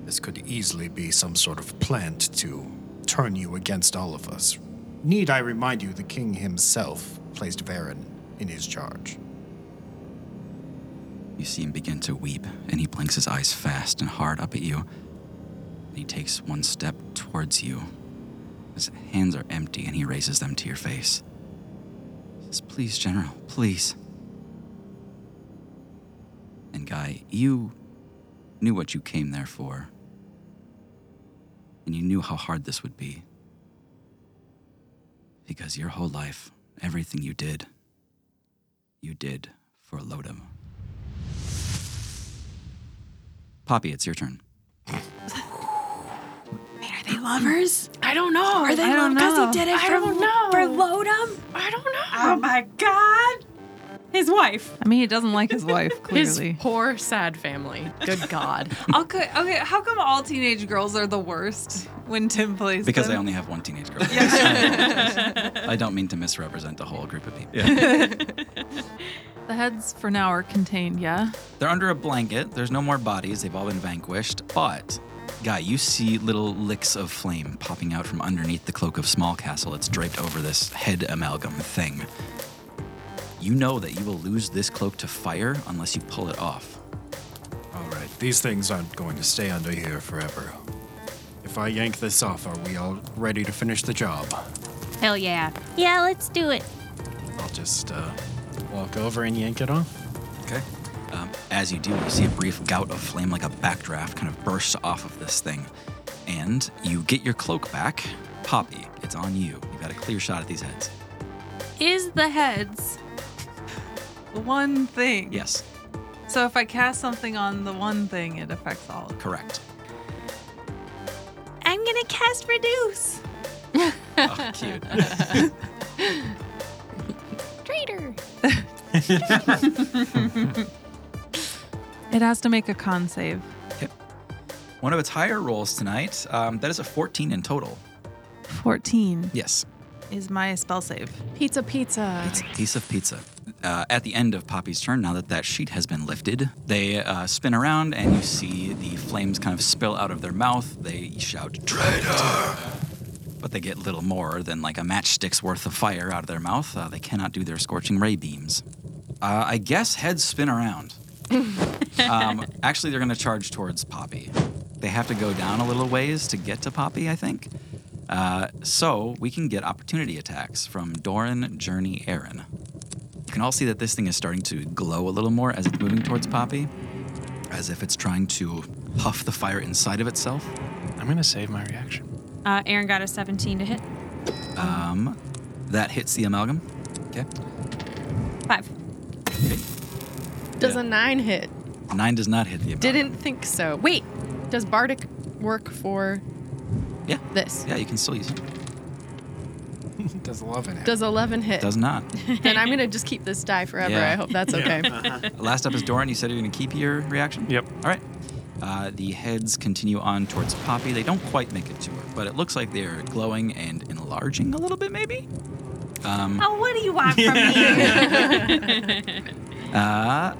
E: This could easily be some sort of plant to turn you against all of us. Need I remind you, the king himself placed Varen in his charge.
A: You see him begin to weep, and he blinks his eyes fast and hard up at you. And he takes one step towards you. His hands are empty, and he raises them to your face. He says, Please, General, please. And Guy, you knew what you came there for. And you knew how hard this would be. Because your whole life, everything you did, you did for Lodom. Poppy, it's your turn.
C: Wait, are they lovers?
D: I don't know. Are
F: I don't know.
C: did it
D: I don't know.
C: Lodum?
D: I don't know.
C: Oh my god! His wife.
F: I mean, he doesn't like his wife,
D: His
F: clearly.
D: poor sad family. Good God.
F: okay, okay, how come all teenage girls are the worst when Tim plays
A: Because I
F: them?
A: only have one teenage girl. I don't mean to misrepresent the whole group of people.
F: The heads for now are contained, yeah?
A: They're under a blanket. There's no more bodies. They've all been vanquished. But, Guy, you see little licks of flame popping out from underneath the cloak of Small Castle. It's draped over this head amalgam thing. You know that you will lose this cloak to fire unless you pull it off.
E: All right, these things aren't going to stay under here forever. If I yank this off, are we all ready to finish the job?
C: Hell yeah.
H: Yeah, let's do it.
E: I'll just uh, walk over and yank it off.
A: Okay. Um, as you do, you see a brief gout of flame like a backdraft kind of bursts off of this thing. And you get your cloak back. Poppy, it's on you. You've got a clear shot at these heads.
F: Is the heads the one thing?
A: Yes,
F: So if I cast something on the one thing, it affects all. of it.
A: correct.
H: I'm gonna cast reduce.
A: Oh, cute.
H: Traitor.
F: It has to make a con save.
A: One of its higher rolls tonight. Um, that is a 14 in total.
F: 14
A: Yes.
F: is my spell save.
D: Pizza, pizza.
A: Piece of pizza. Uh, at the end of Poppy's turn, now that that sheet has been lifted, they uh, spin around and you see the flames kind of spill out of their mouth. They shout, Traitor! But they get little more than like a matchstick's worth of fire out of their mouth. Uh, they cannot do their scorching ray beams. Uh, I guess heads spin around. um, actually, they're going to charge towards Poppy. They have to go down a little ways to get to Poppy, I think. Uh, so we can get opportunity attacks from Doran, Journey, Aaron. You can all see that this thing is starting to glow a little more as it's moving towards Poppy, as if it's trying to puff the fire inside of itself.
B: I'm gonna save my reaction.
C: Uh, Aaron got a 17 to hit.
A: Um, that hits the amalgam. Okay.
C: Five.
D: Does
A: Yeah.
D: a nine hit?
A: Nine does not hit the amalgam.
D: Didn't think so. Wait, does Bardic work for
A: Yeah.
D: this?
A: Yeah, you can still use it.
E: Does love in it?
D: Does 11 hit?
A: Does not.
D: then I'm going to just keep this die forever.
A: Yeah.
D: I hope that's okay.
A: Last up is Doran. You said you're going to keep your reaction?
B: Yep.
A: All right. Uh, the heads continue on towards Poppy. They don't quite make it to her, but it looks like they're glowing and enlarging a little bit, maybe? Um,
C: Oh, what do you want from me?
A: uh,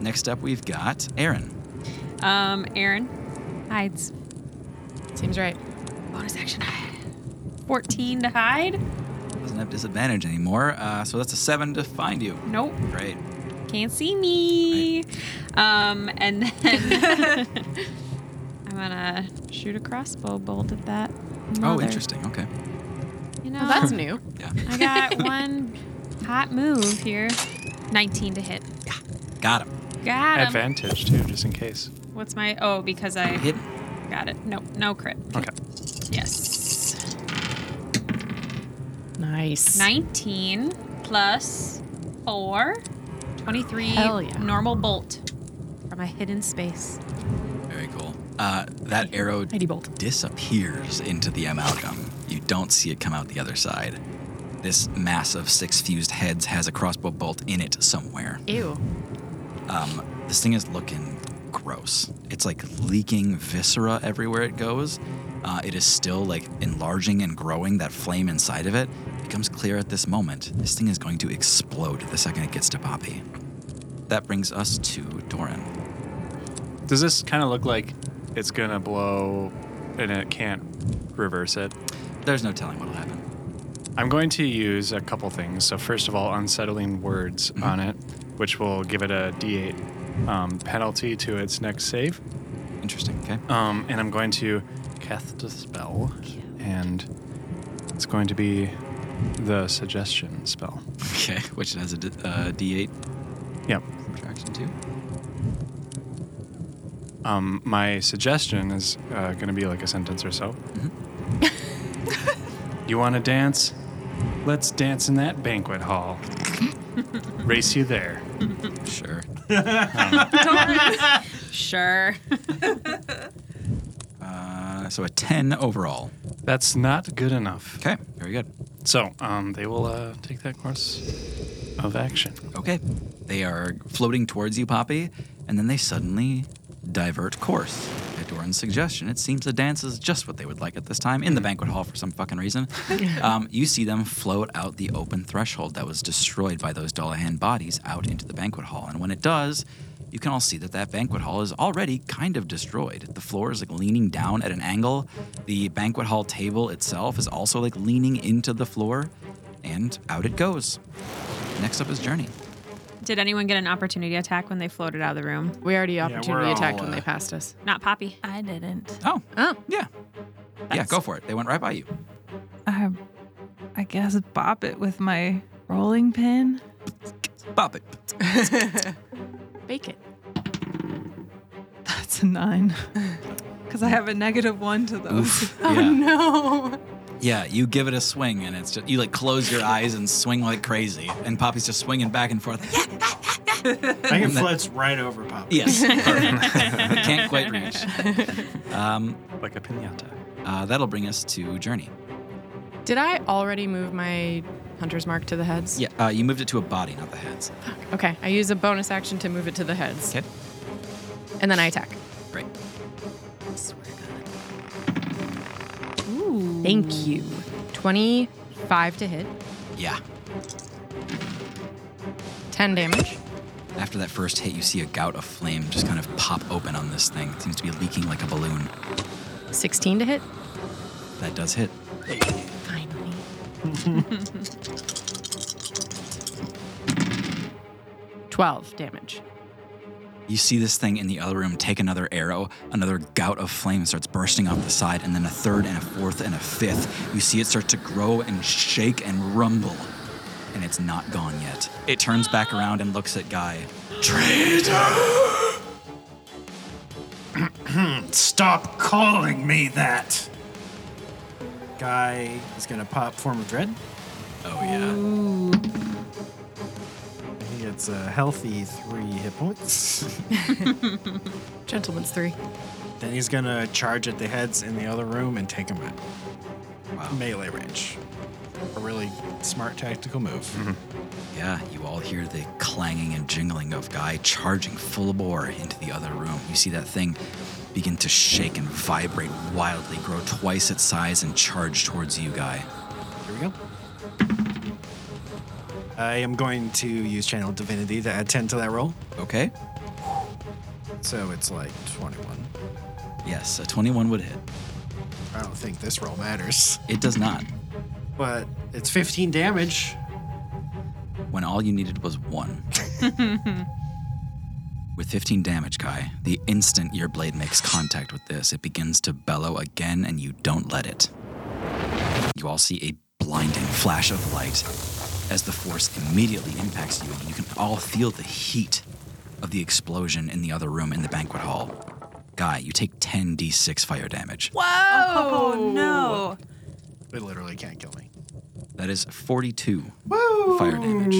A: next up, we've got Aaron.
C: um, Aaron hides.
D: Seems right.
C: Bonus action hide. 14 to hide?
A: Doesn't have disadvantage anymore, uh, so that's a seven to find you.
C: Nope.
A: Great.
C: Can't see me. Um, and then I'm gonna shoot a crossbow bolt at that.
A: Oh,
C: mother.
A: interesting. Okay.
C: You know,
D: Well, that's new.
A: Yeah.
C: I got one hot move here. 19 to hit.
A: Got him.
C: Got him.
B: Advantage too, just in case.
C: What's my? Oh, because I
A: Hit.
C: got it. Nope, no crit.
B: Okay.
C: Yes.
D: Nice.
C: 19 plus 4, 23
D: Hell yeah.
C: normal bolt from a hidden space.
A: Very cool. Uh, that arrow
I: Mighty bolt.
A: disappears into the amalgam. You don't see it come out the other side. This mass of six fused heads has a crossbow bolt in it somewhere.
D: Ew.
A: This thing is looking gross. It's like leaking viscera everywhere it goes. Uh, it is still like enlarging and growing. That flame inside of it becomes clear at this moment. This thing is going to explode the second it gets to Poppy. That brings us to Doran.
B: Does this kind of look like it's gonna blow and it can't reverse it?
A: There's no telling what'll happen.
B: I'm going to use a couple things. So first of all, unsettling words on it, which will give it a D8 um, penalty to its next save.
A: Interesting. Okay.
B: Um, and I'm going to cast a spell, and it's going to be the suggestion spell.
A: Okay. Which has a d- uh, D8
B: Yep.
A: subtraction too.
B: Um, my suggestion is uh, going to be like a sentence or so. you want to dance? Let's dance in that banquet hall. Race you there.
A: Sure.
C: Sure.
A: Uh, so a 10 overall.
B: That's not good enough.
A: Okay. Very good.
B: So um, they will uh, take that course of action.
A: Okay. They are floating towards you, Poppy, and then they suddenly divert course. At Doran's suggestion, it seems the dance is just what they would like at this time in the banquet hall for some fucking reason. um, you see them float out the open threshold that was destroyed by those Dolahan bodies out into the banquet hall. And when it does, you can all see that that banquet hall is already kind of destroyed. The floor is like leaning down at an angle. The banquet hall table itself is also like leaning into the floor, and out it goes. Next up is Journey.
C: Did anyone get an opportunity attack when they floated out of the room?
D: We already
B: we're
D: opportunity attacked
B: all,
D: when
B: uh,
D: they passed us.
C: Not Poppy.
H: I didn't.
A: Oh.
D: Oh.
A: Yeah. yeah, go for it. They went right by you.
F: I, I guess bop it with my rolling pin.
A: Bop it.
D: Bake it.
F: That's a nine. Because I have a negative one to those.
A: yeah.
D: Oh, No.
A: yeah, you give it a swing and it's just, you like close your eyes and swing like crazy. And Poppy's just swinging back and forth. Like,
G: I can flits right over Pop.
A: yes. Perfect. Can't quite reach. Um,
B: Like a pinata.
A: uh, that'll bring us to Journey.
D: Did I already move my hunter's mark to the heads?
A: Yeah, uh, you moved it to a body, not the heads.
D: Okay. I use a bonus action to move it to the heads.
A: Okay.
D: And then I attack.
A: Great.
D: Thank you. 25 to hit,
A: Yeah.
D: 10 damage.
A: After that first hit, you see a gout of flame just kind of pop open on this thing. It seems to be leaking like a balloon.
D: 16 to hit.
A: That does hit.
D: Finally. 12 damage.
A: You see this thing in the other room take another arrow, another gout of flame starts bursting off the side, and then a third and a fourth and a fifth. You see it start to grow and shake and rumble, and it's not gone yet. It turns back around and looks at Guy.
G: Stop calling me that. Guy is gonna pop form of dread.
A: Oh, yeah.
G: I think it's a healthy three hit points.
I: Gentleman's three.
G: then he's gonna charge at the heads in the other room and take them out. Melee range. A really smart tactical move.
A: Mm-hmm. Yeah, you all hear the clanging and jingling of Guy charging full bore into the other room. You see that thing begin to shake and vibrate wildly, grow twice its size, and charge towards you, Guy.
G: Here we go. I am going to use Channel Divinity to add 10 to that roll.
A: Okay?
G: So it's like 21.
A: Yes, a 21 would hit.
G: I don't think this roll matters.
A: It does not.
G: But it's 15 damage.
A: when all you needed was one. with 15 damage, Kai, the instant your blade makes contact with this, it begins to bellow again and you don't let it. You all see a blinding flash of light as the force immediately impacts you, and you can all feel the heat of the explosion in the other room in the banquet hall. Guy, you take 10d6 fire damage.
F: Oh, no.
G: It literally can't kill me.
A: That is 42 fire damage.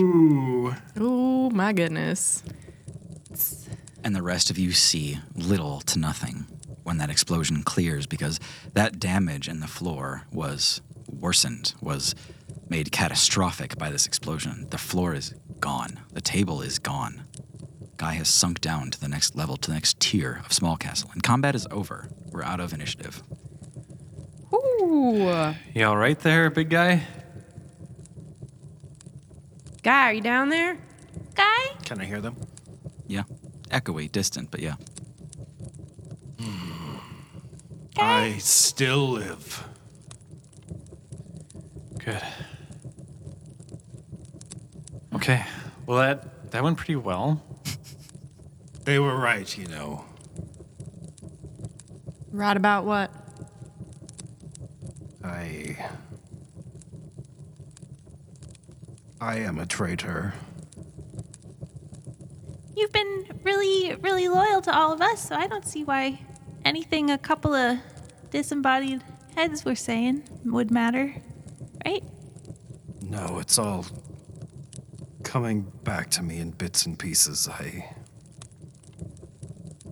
D: Oh my goodness.
A: and the rest of you see little to nothing. when that explosion clears because that damage in the floor was worsened, was made catastrophic by this explosion. The floor is gone, the table is gone. Guy has sunk down to the next level, to the next tier of Small Castle, and combat is over. We're out of initiative.
D: Ooh.
B: You all right there, big guy?
D: Guy, are you down there?
H: Guy?
E: Can I hear them?
A: Yeah, echoey, distant, but yeah.
E: I still live.
B: Good. Okay. Well, that that went pretty well.
E: They were right, you know.
D: Right about what?
E: I. I am a traitor.
H: You've been really, really loyal to all of us, so I don't see why anything a couple of disembodied heads were saying would matter, right?
E: No, it's all coming back to me in bits and pieces. I.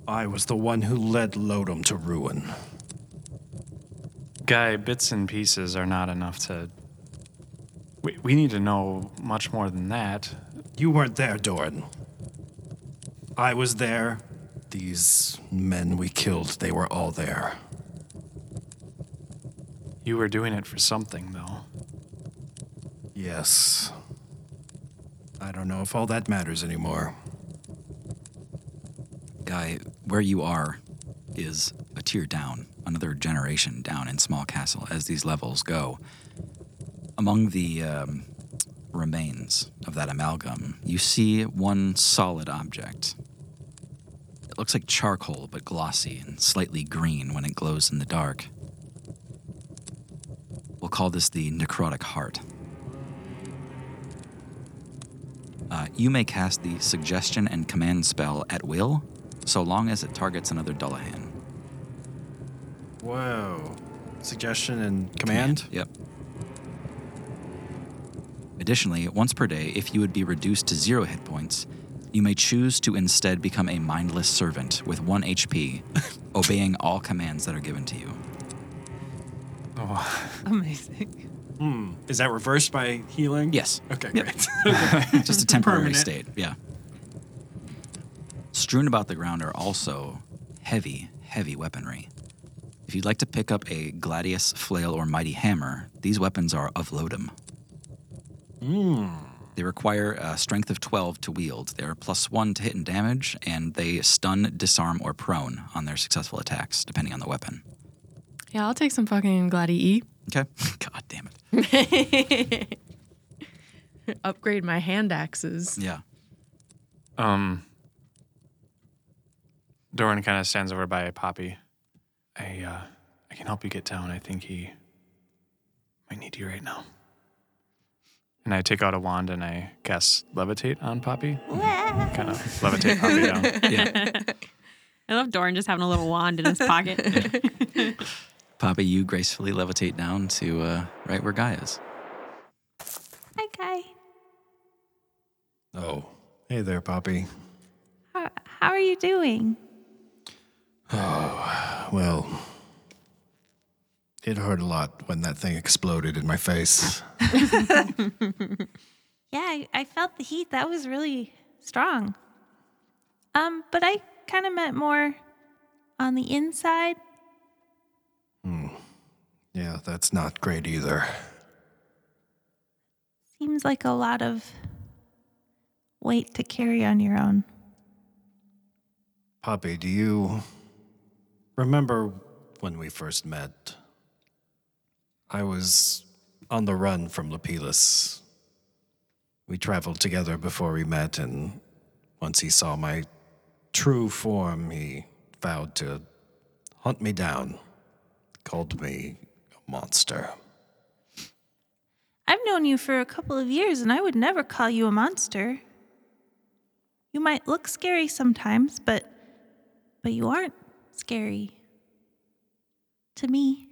E: I was the one who led Lodom to ruin.
B: Guy, bits and pieces are not enough to. We, we need to know much more than that.
E: You weren't there, Doran. I was there. These men we killed, they were all there.
B: You were doing it for something, though.
E: Yes. I don't know if all that matters anymore.
A: Guy, where you are is a tier down, another generation down in Small Castle as these levels go. Among the um, remains of that amalgam, you see one solid object. It looks like charcoal, but glossy and slightly green when it glows in the dark. We'll call this the necrotic heart. Uh, you may cast the suggestion and command spell at will, so long as it targets another Dullahan.
G: Whoa. Suggestion and command?
A: Yep. Additionally, once per day, if you would be reduced to zero hit points, you may choose to instead become a mindless servant with one HP, obeying all commands that are given to you.
C: Amazing.
G: Is that reversed by healing?
A: Yes.
G: Okay,
A: Yep.
G: great.
A: Just a temporary
G: Permanent.
A: state. Yeah. Strewn about the ground are also heavy, heavy weaponry. If you'd like to pick up a gladius, flail, or mighty hammer, these weapons are of lodum. They require a strength of 12 to wield. They are plus one to hit and damage, and they stun, disarm, or prone on their successful attacks, depending on the weapon.
I: Yeah, I'll take some fucking
D: E.
I: Gladi
A: Okay? God damn it.
I: E. Upgrade my hand axes.
A: Yeah.
B: Um. Doran kind of stands over by Poppy. I uh, I can help you get down. I think he might need you right now. And I take out a wand and I cast levitate on Poppy. kind of levitate Poppy down.
C: I love Doran just having a little wand in his pocket.
A: Papa, you gracefully levitate down to uh, right where Guy is.
H: Hi, Guy.
E: Oh. Hey there, Poppy.
H: How, how are you doing?
E: Well, it hurt a lot when that thing exploded in my face.
H: Yeah, I, I felt the heat. That was really strong. Um, but I kind of meant more on the inside.
E: Yeah, that's not great either.
H: Seems like a lot of weight to carry on your own.
E: Poppy, do you remember when we first met? I was on the run from Lapilus. We traveled together before we met, and once he saw my true form, he vowed to hunt me down, called me a monster.
H: I've known you for a couple of years and I would never call you a monster. You might look scary sometimes, but but you aren't scary to me.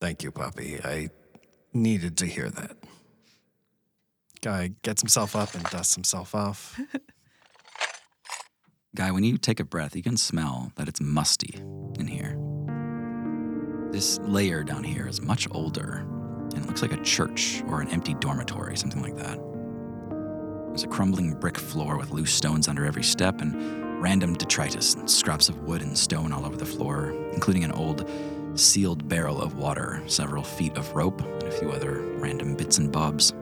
E: Thank you, Poppy. I needed to hear that.
G: Guy gets himself up and dusts himself off.
A: Guy, when you take a breath, you can smell that it's musty in here. This layer down here is much older, and it looks like a church or an empty dormitory, something like that. There's a crumbling brick floor with loose stones under every step and random detritus and scraps of wood and stone all over the floor, including an old sealed barrel of water, several feet of rope, and a few other random bits and bobs.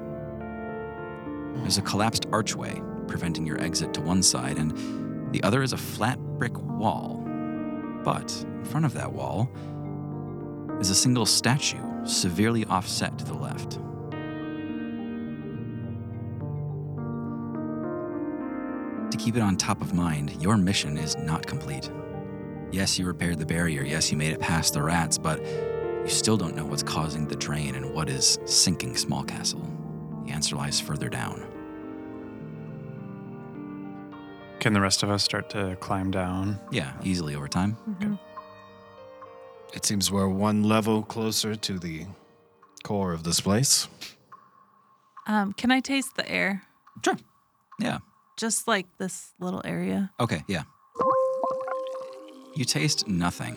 A: There's a collapsed archway preventing your exit to one side, and the other is a flat brick wall. But in front of that wall is a single statue severely offset to the left. To keep it on top of mind, your mission is not complete. Yes, you repaired the barrier. Yes, you made it past the rats, but you still don't know what's causing the drain and what is sinking Small Castle. The answer lies further down.
B: Can the rest of us start to climb down?
A: Yeah, easily over time.
E: It seems we're one level closer to the core of this place.
F: Um, can I taste the air?
A: Sure. Yeah.
F: Just like this little area.
A: Okay, yeah. You taste nothing,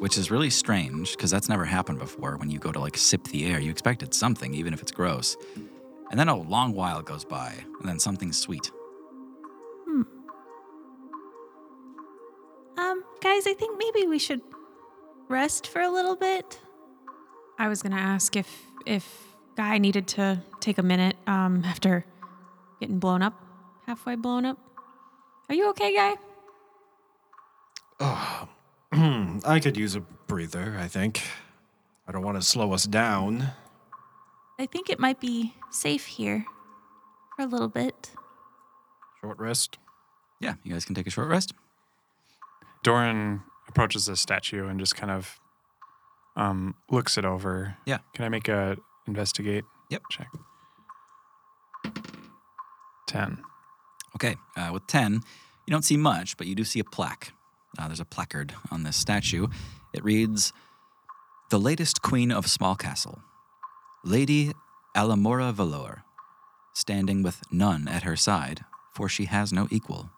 A: which is really strange because that's never happened before. When you go to like sip the air, you expected something, even if it's gross. And then a long while goes by, and then something sweet.
H: Um, guys, I think maybe we should rest for a little bit.
C: I was gonna ask if if guy needed to take a minute um, after getting blown up, halfway blown up. Are you okay, guy?
E: Hmm, I could use a breather, I think. I don't want to slow us down.
H: I think it might be safe here for a little bit.
E: Short rest.
A: Yeah, you guys can take a short rest.
B: Doran approaches the statue and just kind of um, looks it over.
A: Yeah.
B: Can I make a investigate?
A: Yep.
B: Check. Ten.
A: Okay, uh, with 10, you don't see much, but you do see a plaque. Uh, there's a placard on this statue. It reads The latest queen of Small Castle, Lady Alamora Valor, standing with none at her side, for she has no equal.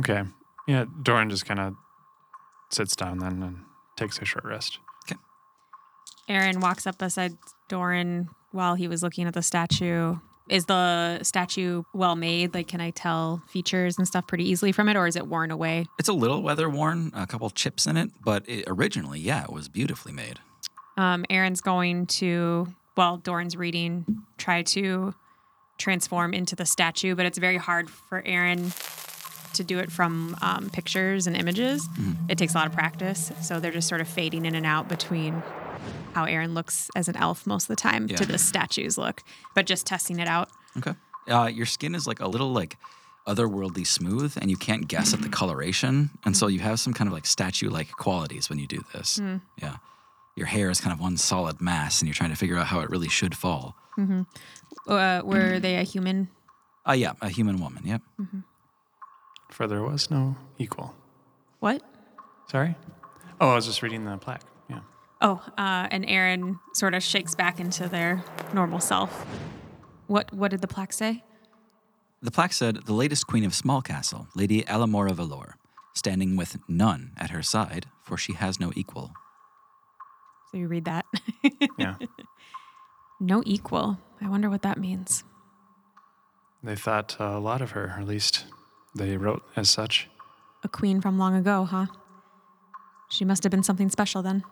B: Okay. Yeah. Doran just kind of sits down then and takes a short rest.
C: Aaron walks up beside Doran while he was looking at the statue. Is the statue well made? Like, can I tell features and stuff pretty easily from it, or is it worn away?
A: It's a little weather worn, a couple chips in it, but it, originally, yeah, it was beautifully made.
C: Um, Aaron's going to, well, Doran's reading, try to transform into the statue, but it's very hard for Aaron to do it from um, pictures and images. It takes a lot of practice. So they're just sort of fading in and out between how Aaron looks as an elf most of the time
A: Yeah.
C: to the statue's look, but just testing it out.
A: Okay. Uh, your skin is like a little like otherworldly smooth, and you can't guess at the coloration, and so you have some kind of like statue-like qualities when you do this. Yeah, your hair is kind of one solid mass, and you're trying to figure out how it really should fall.
C: Uh, were they a human?
A: Uh, yeah, a human woman. Yep.
B: For there was no equal.
C: What?
B: Sorry. Oh, I was just reading the plaque. Yeah.
C: Oh, uh, and Aaron sort of shakes back into their normal self. What What did the plaque say?
A: The plaque said, "The latest queen of Small Castle, Lady Alamora Valor, standing with none at her side, for she has no equal."
C: So you read that.
B: Yeah.
C: no equal. I wonder what that means.
B: they thought a lot of her, or at least they wrote as such.
C: A queen from long ago, huh? She must have been something special then.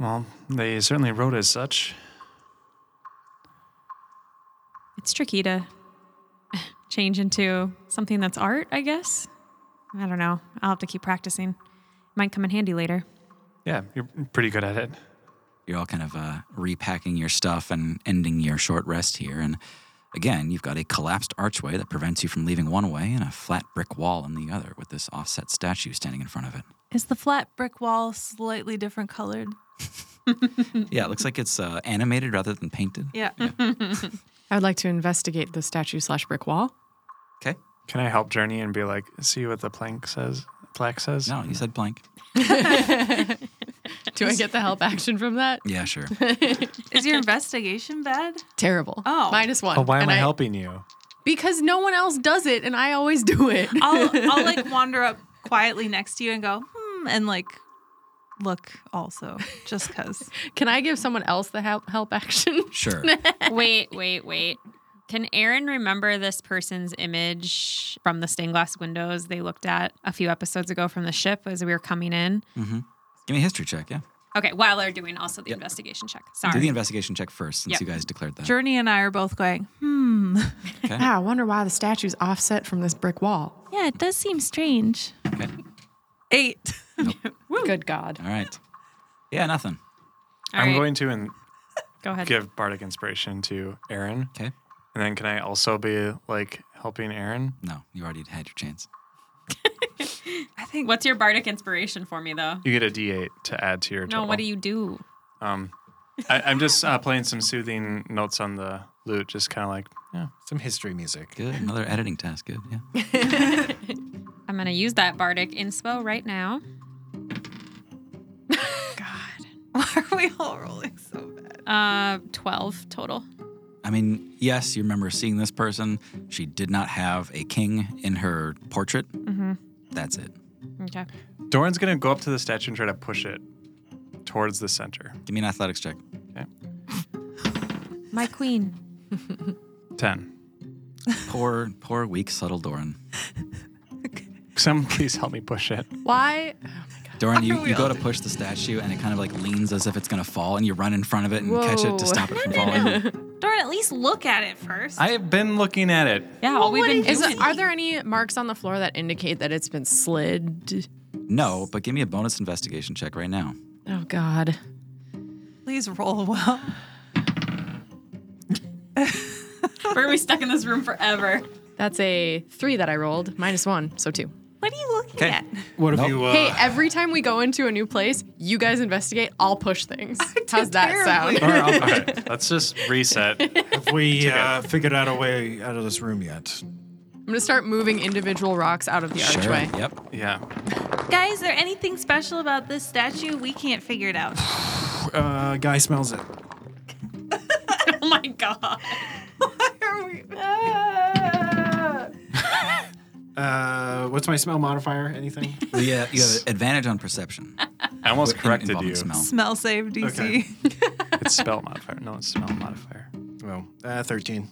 B: Well, they certainly wrote as such.
C: It's tricky to change into something that's art, I guess. I don't know. I'll have to keep practicing. Might come in handy later.
B: Yeah, you're pretty good at it.
A: You're all kind of uh, repacking your stuff and ending your short rest here. And again, you've got a collapsed archway that prevents you from leaving one way and a flat brick wall in the other with this offset statue standing in front of it.
F: Is the flat brick wall slightly different colored?
A: Yeah, it looks like it's uh, animated rather than painted.
F: Yeah.
D: I would like to investigate the statue slash brick wall.
A: Okay.
B: Can I help Journey and be like, see what the plank says? Plaque says.
A: No, you said blank.
I: Do I get the help action from that?
A: Yeah, sure.
F: Is your investigation bad?
D: Terrible.
F: Oh.
D: Minus one.
B: Oh, why am
D: And
B: I helping you?
D: because no one else does it and I always do it.
F: I'll I'll like wander up quietly next to you and go, hmm, and like look also, just cause.
D: Can I give someone else the help, help action?
A: Sure.
C: wait, wait, wait. Can Aaron remember this person's image from the stained glass windows they looked at a few episodes ago from the ship as we were coming in?
A: Give me a history check, yeah.
C: Okay, while they're doing also the investigation check. Sorry.
A: Do the investigation check first since
C: Yep.
A: you guys declared that.
F: Journey and I are both going, hmm.
D: Yeah, I wonder why the statue's offset from this brick wall.
H: Yeah, it does seem strange.
F: Eight.
D: Good God.
A: All right. Yeah, nothing.
C: All
B: I'm
C: right,
B: going to and
C: go ahead.
B: give bardic inspiration to Aaron,
A: Okay.
B: and then can I also be like helping Aaron?
A: No, you already had your chance.
F: I think
C: What's your bardic inspiration for me though?
B: You get a D8 to add to your
C: No,
B: total.
C: what do you do?
B: Um, I, I'm just uh, playing some soothing notes on the lute, just kind of like yeah.
E: Some history music.
A: Good. Another editing task. Good. Yeah.
C: I'm gonna use that bardic inspo right now.
F: why are we all rolling so bad?
C: Uh, twelve total.
A: I mean, yes, you remember seeing this person. She did not have a king in her portrait. Mm-hmm. That's it.
C: Okay.
B: Doran's gonna go up to the statue and try to push it towards the center.
A: Give me an athletics check.
C: My queen.
B: Ten.
A: Poor, poor, weak, subtle Doran.
B: Someone please help me push it.
D: Why?
A: Doran, you, you go to push the statue and it kind of like leans as if it's going to fall, and you run in front of it and catch it to
D: Whoa.
A: stop it from falling.
H: Darn, at least look at it first.
B: I have been looking at it.
C: Yeah, all we've been
D: Is
C: doing.
D: are there any marks on the floor that indicate that it's been slid?
A: no, but give me a bonus investigation check right now.
D: Oh God.
F: Please roll well.
C: We're gonna be stuck in this room forever.
D: That's a three that I rolled, minus one, so two.
H: what are you looking at?
G: What if
A: Nope.
G: you? Uh,
D: hey, every time we go into a new place, you guys investigate, I'll push things. How's that sound?
B: All right, let's just reset.
G: have we uh, figured out a way out of this room yet?
D: I'm gonna start moving individual rocks out of the archway.
A: Yep.
B: Yeah.
H: Guys, is there anything special about this statue? We can't figure it out.
G: Uh, guy smells it.
C: Oh my god.
G: Uh, what's my smell modifier? Anything?
A: Yeah, you have advantage on perception.
B: I almost corrected
A: Involving
B: you.
A: Smell.
F: Smell save DC.
G: Okay.
B: It's spell modifier. No, it's smell modifier.
G: well, uh, thirteen.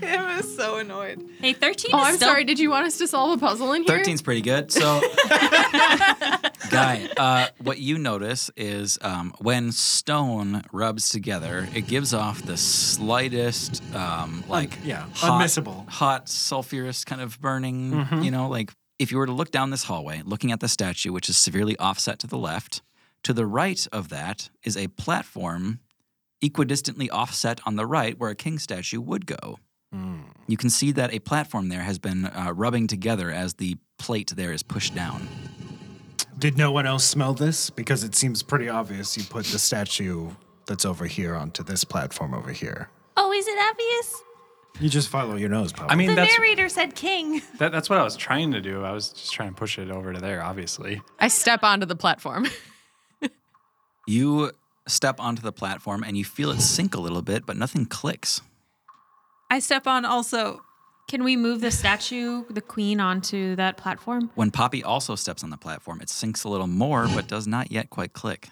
F: Tim is so annoyed.
C: Hey, thirteen.
D: Oh,
C: is
D: I'm
C: still-
D: sorry. Did you want us to solve a puzzle in here?
A: 13's pretty good. So, Guy, uh, what you notice is um, when stone rubs together, it gives off the slightest, um, like,
G: yeah,
A: hot,
G: unmissable.
A: hot, sulfurous kind of burning. You know, like if you were to look down this hallway, looking at the statue, which is severely offset to the left, to the right of that is a platform equidistantly offset on the right where a king statue would go. You can see that a platform there has been uh, rubbing together as the plate there is pushed down.
E: Did no one else smell this? Because it seems pretty obvious you put the statue that's over here onto this platform over here.
H: Oh, is it obvious?
E: You just follow your nose, Pop.
B: I mean,
H: The
B: that's
H: narrator said king.
B: that, that's what I was trying to do. I was just trying to push it over to there, obviously.
D: I step onto the platform.
A: You step onto the platform and you feel it sink a little bit, but nothing clicks.
F: I step on also.
C: Can we move the statue, the queen, onto that platform?
A: When Poppy also steps on the platform, it sinks a little more, but does not yet quite click.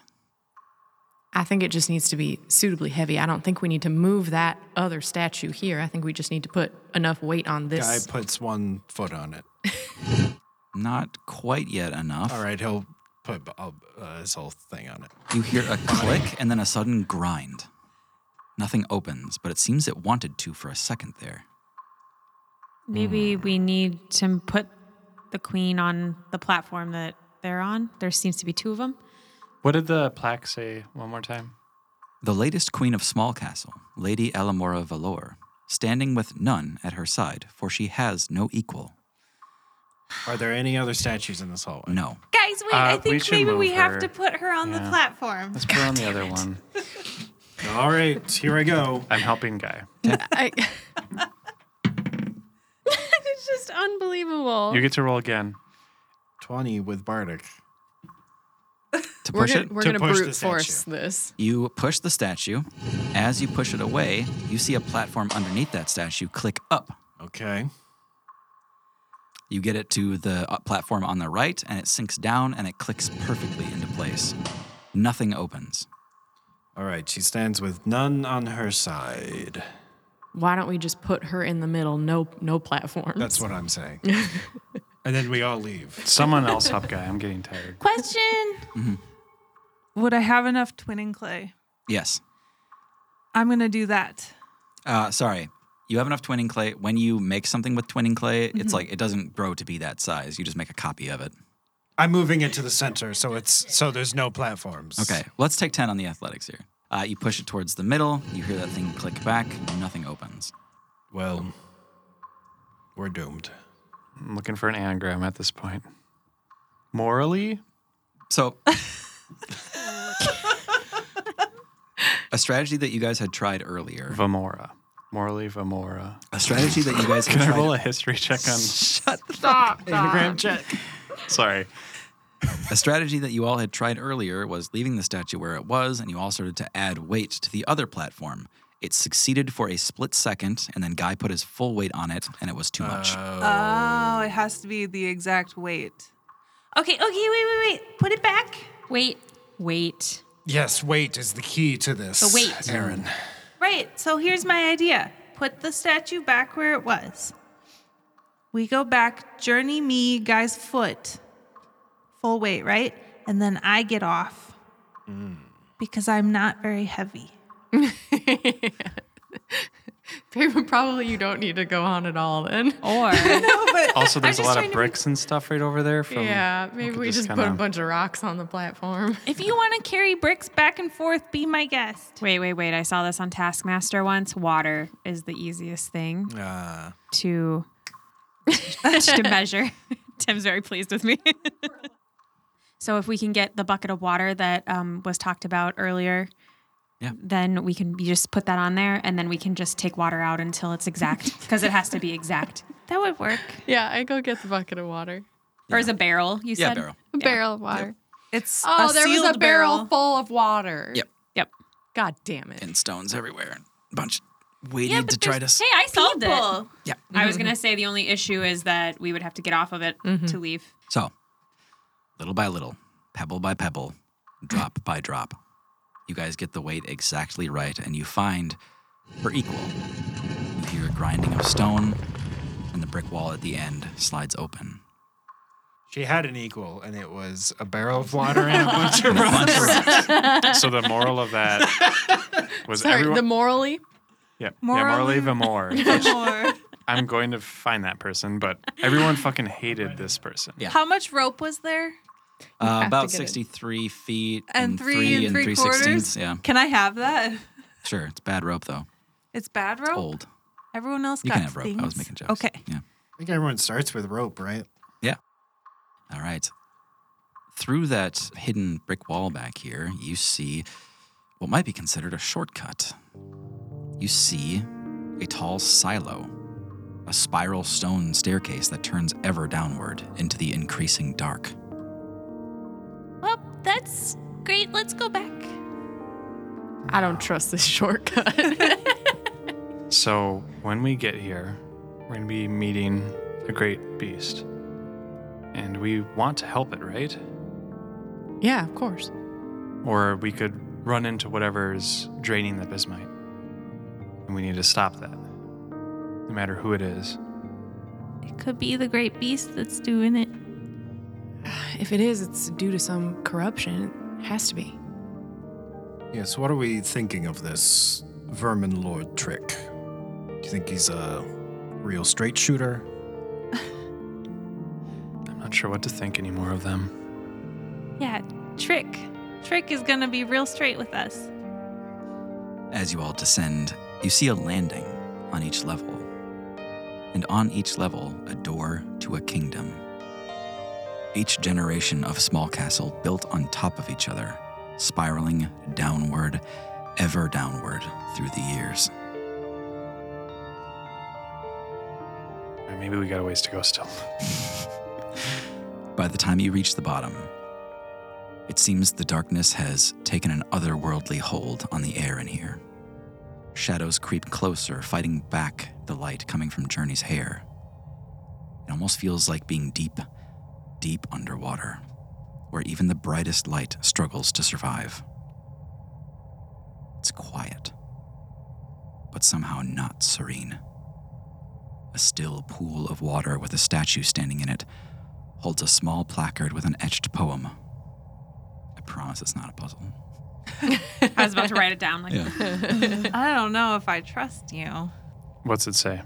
D: I think it just needs to be suitably heavy. I don't think we need to move that other statue here. I think we just need to put enough weight on
E: Guy
D: this.
E: puts one foot on it.
A: Not quite yet enough.
E: All right, he'll put uh, uh, his whole thing on it.
A: You hear a click and then a sudden grind. Nothing opens, but it seems it wanted to for a second there.
B: Mm.
C: Maybe we need to put the queen on the platform that they're on. There seems to be two of them.
B: What did the plaque say one more time?
A: The latest queen of Small Castle, Lady Elamora Valor, standing with none at her side, for she has no equal.
G: Are there any other statues in this hallway?
A: No.
H: Guys, wait,
B: Uh,
H: I
B: we
H: think
B: should
H: maybe
B: move
H: we
B: her.
H: have to put her on
B: Yeah.
H: the platform.
B: Let's put on the other one.
G: All right, here I go.
B: I'm helping Guy.
D: I- it's just unbelievable.
B: You get to roll again.
G: Twenty with Bardic.
A: To
D: We're
A: push
D: gonna,
A: it?
D: we're
G: To
D: gonna
G: push the
D: brute force this.
A: You push the statue. As you push it away, you see a platform underneath that statue click up.
G: Okay.
A: You get it to the uh, platform on the right, and it sinks down and it clicks perfectly into place. Nothing opens.
G: All right. She stands with none on her side.
D: Why don't we just put her in the middle? No, no platform.
E: That's what I'm saying.
G: And then we all leave.
B: Someone else help guy. I'm getting tired.
H: Question.
F: Would I have enough twinning clay?
A: Yes.
F: I'm gonna do that.
A: Uh, sorry. You have enough twinning clay. When you make something with twinning clay, it's like it doesn't grow to be that size. You just make a copy of it.
E: I'm moving it to the center, so it's so there's no platforms.
A: Okay. Let's take 10 on the athletics here. Uh, you push it towards the middle. You hear that thing click back. Nothing opens.
E: Well, we're doomed.
B: I'm looking for an anagram at this point. Morally?
A: So, a strategy that you guys had tried earlier.
B: Vamora. Morally Vamora.
A: A strategy that you guys had
B: Can I
A: tried.
B: roll a history check on
G: Anagram check.
B: sorry.
A: A strategy that you all had tried earlier was leaving the statue where it was, and you all started to add weight to the other platform. It succeeded for a split second, and then Guy put his full weight on it, and it was too much.
F: Oh, it has to be the exact weight.
H: Okay, okay, wait, wait, wait. Put it back.
I: Wait, wait.
E: Yes, weight is the key to this.
I: The weight.
E: Aaron.
H: Right, so here's my idea put the statue back where it was. We go back, journey me, guy's foot, full weight, right? And then I get off because I'm not very heavy.
D: Probably you don't need to go on at all then.
C: Or
B: Also, there's a
D: just
B: lot
D: trying
B: of
D: to be-
B: bricks and stuff right over there. From,
D: yeah, maybe
B: could
D: we
B: just
D: just put a
B: kinda-
D: bunch of rocks on the platform.
H: If you want to carry bricks back and forth, be my guest.
C: wait, wait, wait. I saw this on Taskmaster once. Water is the easiest thing
E: Uh,
A: Ah.
C: to to measure. Tim's very pleased with me. so if we can get the bucket of water that um, was talked about earlier,
A: Yeah.
C: then we can you just put that on there, and then we can just take water out until it's exact because it has to be exact.
H: That would work.
D: yeah, I go get the bucket of water.
C: Or is a barrel? You
A: yeah,
C: said
A: Barrow.
D: A barrel of water.
F: It's
D: Oh,
F: a
D: there was
F: sealed
D: a barrel, full of water.
A: Yep.
C: Yep.
D: God damn it.
A: And stones everywhere. Bunch waiting
H: Yeah,
A: to
H: but
A: try to.
H: there's-
A: s-
C: Hey, I solved it.
H: People.
A: Yeah.
C: I was gonna say the only issue is that we would have to get off of it to leave.
A: So, little by little, pebble by pebble, drop by drop, you guys get the weight exactly right, and you find her equal. You hear a grinding of stone, and the brick wall at the end slides open.
E: she had an equal, and it was a barrel of water and a bunch of
B: So the moral of that was
D: Sorry,
B: everyone.
D: the morally.
B: yeah, morally, yeah, morally Vamora. which
F: Or
B: I'm going to find that person, but everyone fucking hated this person.
A: Yeah.
F: how much rope was there?
A: Uh,
D: to
A: about
D: get it.
A: 63 feet
F: And three and three quarters?
A: Yeah,
F: Can I have that?
A: sure. It's bad rope, though.
F: It's bad rope.
A: Old.
F: Everyone else
A: Oh, You
F: got
A: can have rope. I was
F: things?
A: making jokes.
F: Okay.
A: Yeah.
E: I think everyone starts with rope, right?
A: All right. Through that hidden brick wall back here, you see what might be considered a shortcut. You see a tall silo, a spiral stone staircase that turns ever downward into the increasing dark.
H: Well, that's great. Let's go back.
D: I don't trust this shortcut.
B: So when we get here, we're gonna be meeting a great beast, and we want to help it, right?
D: yeah, of course.
B: Or we could run into whatever is draining the bismite, and we need to stop that, no matter who it is.
H: It could be the great beast that's doing it.
D: If it is, it's due to some corruption. It has to be.
E: Yes, what are we thinking of this vermin lord trick? Do you think he's a real straight shooter?
B: I'm not sure what to think anymore of them.
H: Yeah, Trick. Trick is gonna be real straight with us.
A: As you all descend, you see a landing on each level, and on each level, a door to a kingdom. Each generation of small castle built on top of each other, spiraling downward, ever downward through the years.
B: Or maybe we got a ways to go still.
A: By the time you reach the bottom, It seems the darkness has taken an otherworldly hold on the air in here. Shadows creep closer, fighting back the light coming from Journey's hair. It almost feels like being deep, deep underwater, where even the brightest light struggles to survive. It's quiet, but somehow not serene. A still pool of water with a statue standing in it holds a small placard with an etched poem. I promise it's not a puzzle.
C: I was about to write it down. Like,
F: I don't know if I trust you.
B: What's it say?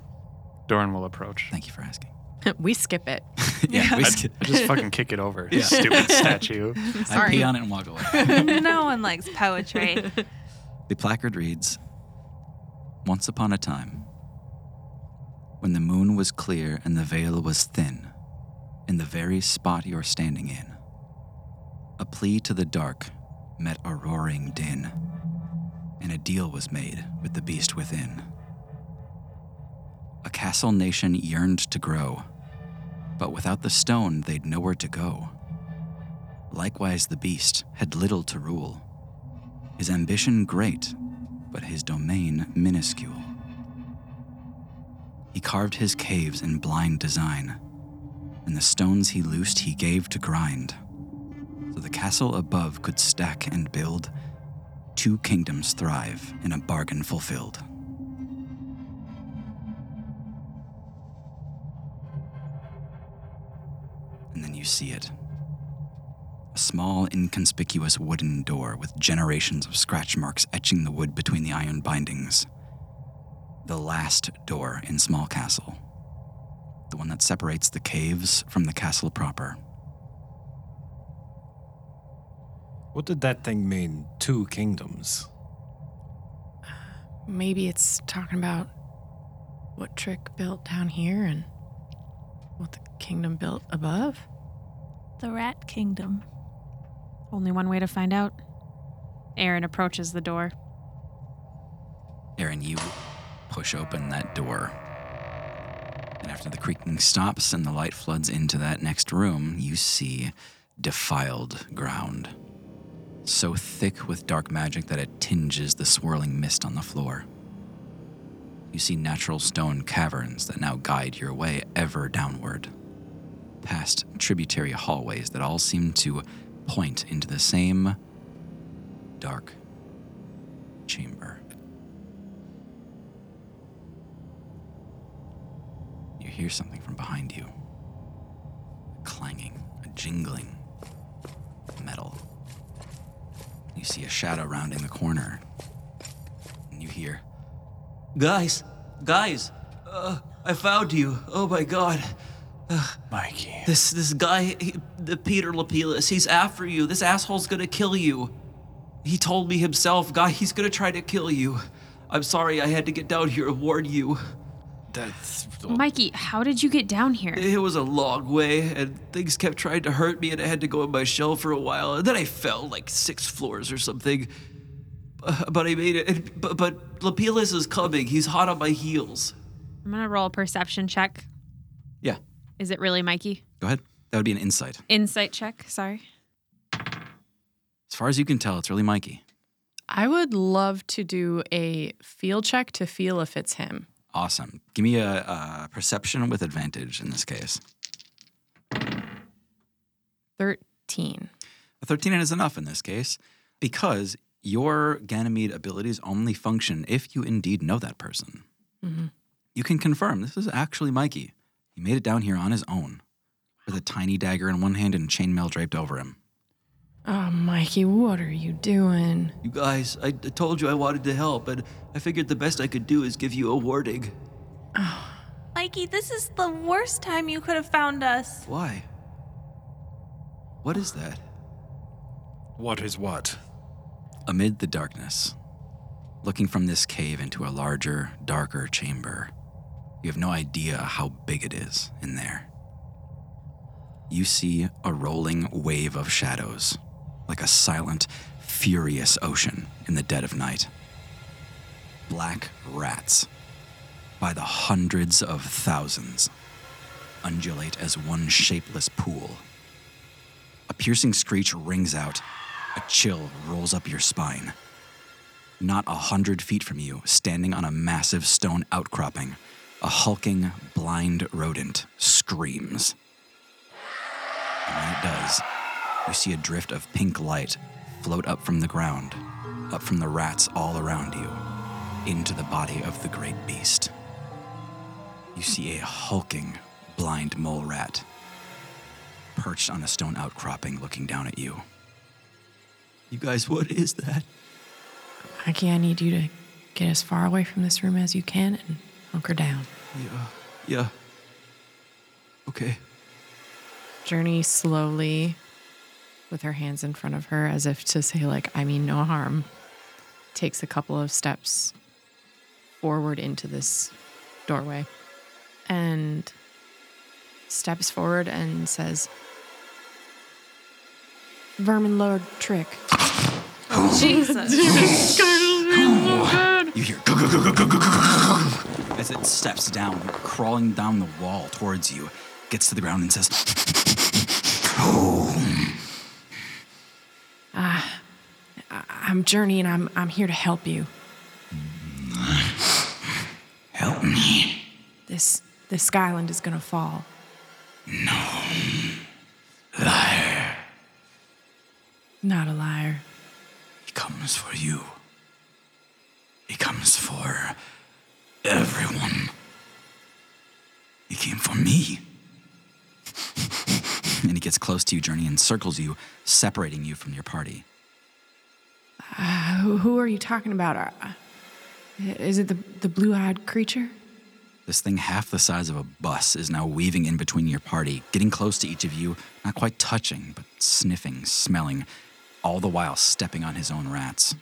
B: Doran will approach.
A: Thank you for asking.
D: we skip it.
A: yeah, we
B: I,
A: skip-
B: I just fucking kick it over. Stupid statue.
A: I pee on it and walk away.
F: no one likes poetry.
A: The placard reads Once upon a time, when the moon was clear and the veil was thin, in the very spot you're standing in, a plea to the dark met a roaring din, and a deal was made with the beast within. A castle nation yearned to grow, but without the stone, they'd nowhere to go. Likewise, the beast had little to rule his ambition great, but his domain minuscule. He carved his caves in blind design, and the stones he loosed he gave to grind, so the castle above could stack and build, two kingdoms thrive in a bargain fulfilled. And then you see it a small, inconspicuous wooden door with generations of scratch marks etching the wood between the iron bindings. The last door in Small Castle, the one that separates the caves from the castle proper.
E: What did that thing mean? Two kingdoms.
D: Maybe it's talking about what Trick built down here and what the kingdom built above.
H: The Rat Kingdom.
C: only one way to find out. Aaron approaches the door.
A: Aaron, you push open that door. And after the creaking stops and the light floods into that next room, you see defiled ground. So thick with dark magic that it tinges the swirling mist on the floor. You see natural stone caverns that now guide your way ever downward, past tributary hallways that all seem to point into the same dark chamber. You hear something from behind you a clanging, a jingling, metal. You see a shadow rounding the corner, and you hear,
J: Guys, guys, uh, I found you. Oh my god. Uh,
B: Mikey.
J: This this guy, he, the Peter Lapilis, he's after you. This asshole's gonna kill you. He told me himself, guy, he's gonna try to kill you. I'm sorry I had to get down here and warn you.
E: That's
I: Mikey, how did you get down here?
J: It was a long way, and things kept trying to hurt me, and I had to go in my shell for a while, and then I fell like six floors or something. Uh, But I made it. But, but Lapilis is coming. He's hot on my heels.
C: I'm gonna roll a perception check.
A: Yeah,
C: Is it really Mikey?
A: go ahead. That would be an insight.
C: Insight check. Sorry.
A: As far as you can tell, it's really Mikey.
D: I would love to do a feel check to feel if it's him.
A: Awesome. Give me a, uh perception with advantage in this case.
D: 13.
A: A 13 is enough in this case because your Ganymede abilities only function if you indeed know that person. You can confirm this is actually Mikey. He made it down here on his own with a tiny dagger in one hand and chainmail draped over him.
D: Oh, Mikey, what are you doing?
J: You guys, I, I told you I wanted to help, and I figured the best I could do is give you a warning.
H: Mikey, this is the worst time you could have found us.
J: Why? What is that?
E: what is what?
A: Amid the darkness, looking from this cave into a larger, darker chamber, you have no idea how big it is in there. You see a rolling wave of shadows, like a silent, furious ocean in the dead of night. Black rats, by the hundreds of thousands, undulate as one shapeless pool A piercing screech rings out. A chill rolls up your spine. Not a hundred feet from you, standing on a massive stone outcropping, a hulking, blind rodent screams. And when it does, you see a drift of pink light float up from the ground, up from the rats all around you, into the body of the great beast. You see a hulking, blind mole rat perched on a stone outcropping looking down at you.
J: You guys, what is that?
D: Mikey, I need you to get as far away from this room as you can and hunker down.
J: Yeah. Yeah. Okay.
D: Journey slowly with her hands in front of her as if to say, like, I mean no harm. Takes a couple of steps forward into this doorway and steps forward and says, Vermin Lord trick. Jesus.
A: You hear "Gug, gug, gug, gug, gug, gug, gug," as it steps down, crawling down the wall towards you, gets to the ground and says,
D: I'm Journey and I'm, I'm here to help you.
A: Help me.
D: This, this skyland is going to fall.
A: Liar.
D: Not a liar.
A: He comes for you. He comes for everyone. He came for me. and he gets close to you, Journey, and circles you, separating you from your party.
D: Uh, who, who are you talking about? Are- uh, Is it the, the blue eyed creature?
A: This thing, half the size of a bus, is now weaving in between your party, getting close to each of you, not quite touching, but sniffing, smelling, all the while stepping on his own rats.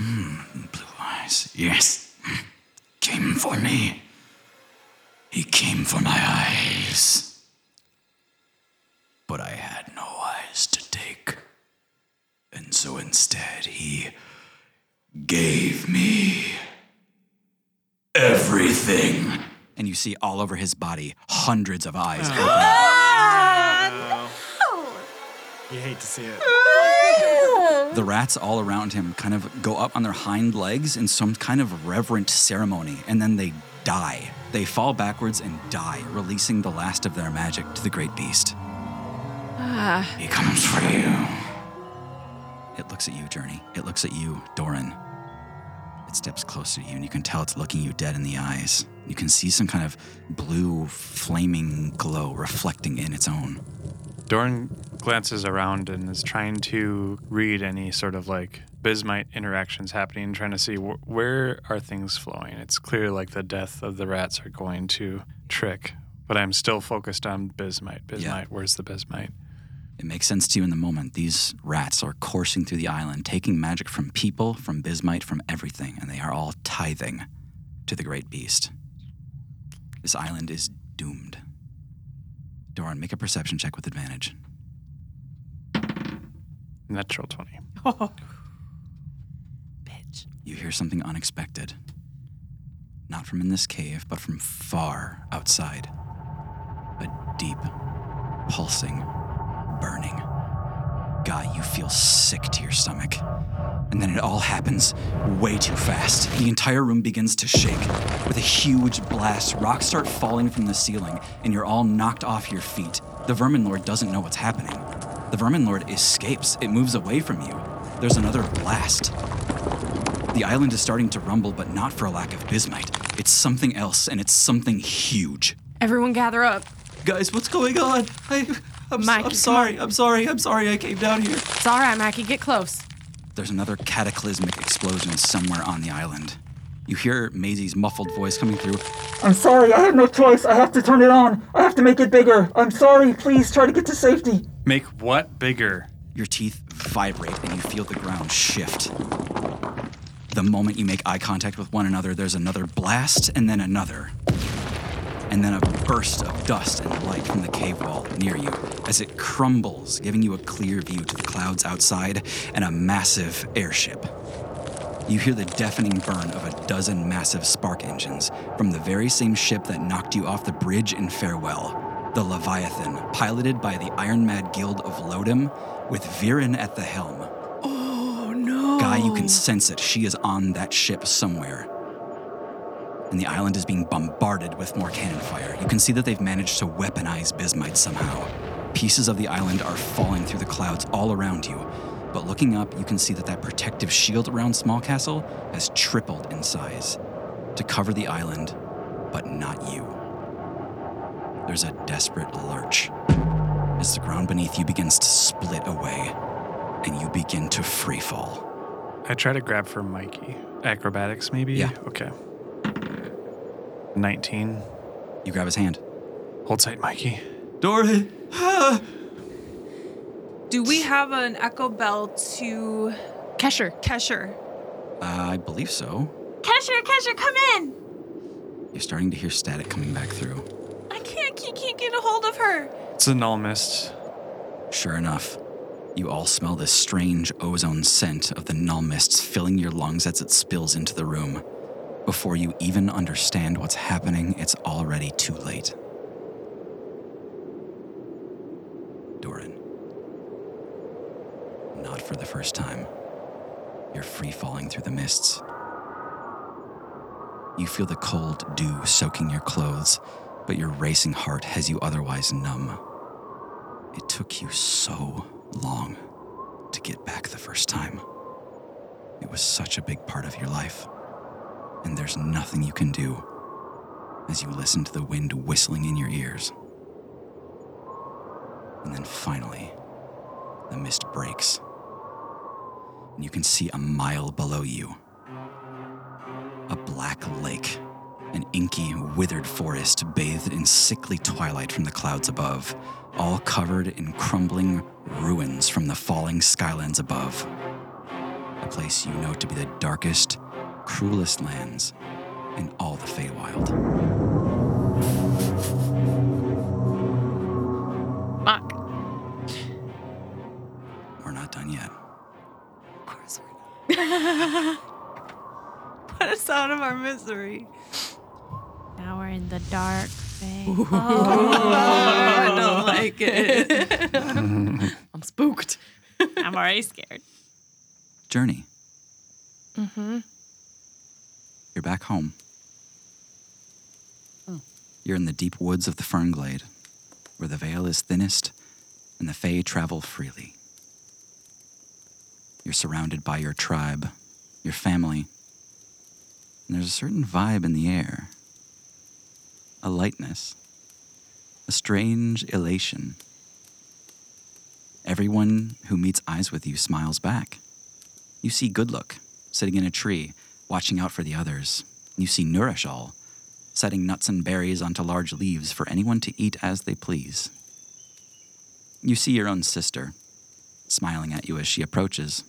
A: Mmm, blue eyes. Yes. Came for me. He came for my eyes. But I had no eyes to take. And so instead, he gave me everything. And you see all over his body hundreds of eyes open.
G: You hate to see it.
A: The rats all around him kind of go up on their hind legs in some kind of reverent ceremony, and then they die. They fall backwards and die, releasing the last of their magic to the great beast. He comes for you. It looks at you, Journey. It looks at you, Doran. It steps closer to you, and you can tell it's looking you dead in the eyes. You can see some kind of blue, flaming glow reflecting in its own.
B: Dorn glances around and is trying to read any sort of like bismite interactions happening, trying to see wh- where are things flowing. It's clear like the death of the rats are going to trick, but I'm still focused on bismite. Bismite, where's the bismite?
A: It makes sense to you in the moment. These rats are coursing through the island, taking magic from people, from bismite, from everything, and they are all tithing to the great beast. This island is doomed. Doran, make a perception check with advantage.
B: Natural 20.
A: You hear something unexpected. Not from in this cave, but from far outside. A deep, pulsing, burning. God, you feel sick to your stomach. And then it all happens way too fast. The entire room begins to shake. With a huge blast, rocks start falling from the ceiling, and you're all knocked off your feet. The Vermin Lord doesn't know what's happening. The Vermin Lord escapes, it moves away from you. There's another blast. The island is starting to rumble, but not for a lack of bismite. It's something else, and it's something huge.
D: Everyone gather up.
J: Guys, what's going on? I, I'm,
D: Mike,
J: am
D: come
J: sorry.
D: on.
J: I'm sorry. I'm sorry I came down here.
D: It's all right, Mikey. Get close.
A: There's another cataclysmic explosion somewhere on the island. You hear Maisie's muffled voice coming through.
K: I'm sorry, I had no choice. I have to turn it on. I have to make it bigger. I'm sorry, please try to get to safety.
B: Make what bigger?
A: Your teeth vibrate and you feel the ground shift. The moment you make eye contact with one another, there's another blast and then another. And then a burst of dust and light from the cave wall near you as it crumbles, giving you a clear view to the clouds outside and a massive airship. You hear the deafening burn of a dozen massive spark engines from the very same ship that knocked you off the bridge in Farewell. the Leviathan, piloted by the Iron Mad Guild of Lodom, with Viren at the helm.
L: Oh no.
A: Guy, you can sense it. She is on that ship somewhere. And the island is being bombarded with more cannon fire. You can see that they've managed to weaponize bismite somehow. Pieces of the island are falling through the clouds all around you. But looking up, you can see that that protective shield around Small Castle has tripled in size to cover the island, but not you. There's a desperate lurch as the ground beneath you begins to split away and you begin to free fall.
B: I try to grab for Mikey. Acrobatics, maybe? Yeah. Okay. 19.
A: You grab his hand.
B: Hold tight, Mikey.
J: Dory.
F: Do we have an echo bell to
D: Kesher?
F: Kesher.
A: Uh, I believe so.
H: Kesher, Kesher, come in.
A: You're starting to hear static coming back through.
F: I can't, can't, can't get a hold of her.
B: It's a null mist.
A: Sure enough, you all smell this strange ozone scent of the null mists filling your lungs as it spills into the room. Before you even understand what's happening, it's already too late. Doran, not for the first time, you're free falling through the mists. You feel the cold dew soaking your clothes, but your racing heart has you otherwise numb. It took you so long to get back the first time. It was such a big part of your life, and there's nothing you can do as you listen to the wind whistling in your ears. And then finally, the mist breaks, and you can see a mile below you a black lake, an inky, withered forest bathed in sickly twilight from the clouds above, all covered in crumbling ruins from the falling skylands above. A place you know to be the darkest, cruelest lands in all the Feywild.
D: Fuck.
A: We're not done yet.
D: Of
F: course Put us out of our misery.
I: Now we're in the dark thing.
F: I don't like
I: it.
D: I'm spooked.
I: I'm already scared.
A: Journey,
D: Mm-hmm.
A: you're back home. You're in the deep woods of the fern glade, where the veil is thinnest and the Fae travel freely. You're surrounded by your tribe, your family, and there's a certain vibe in the air a lightness, a strange elation. Everyone who meets eyes with you smiles back. You see Good Look sitting in a tree, watching out for the others. You see Nourish All setting nuts and berries onto large leaves for anyone to eat as they please. You see your own sister, smiling at you as she approaches.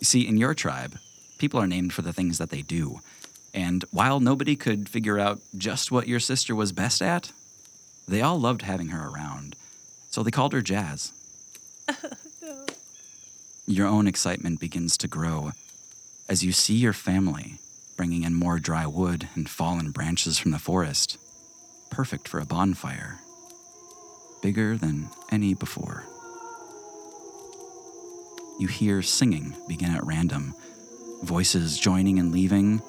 A: You see, in your tribe, people are named for the things that they do. And while nobody could figure out just what your sister was best at, they all loved having her around. So they called her Jazz. Your own excitement begins to grow as you see your family bringing in more dry wood and fallen branches from the forest, perfect for a bonfire, bigger than any before. You hear singing begin at random, voices joining and leaving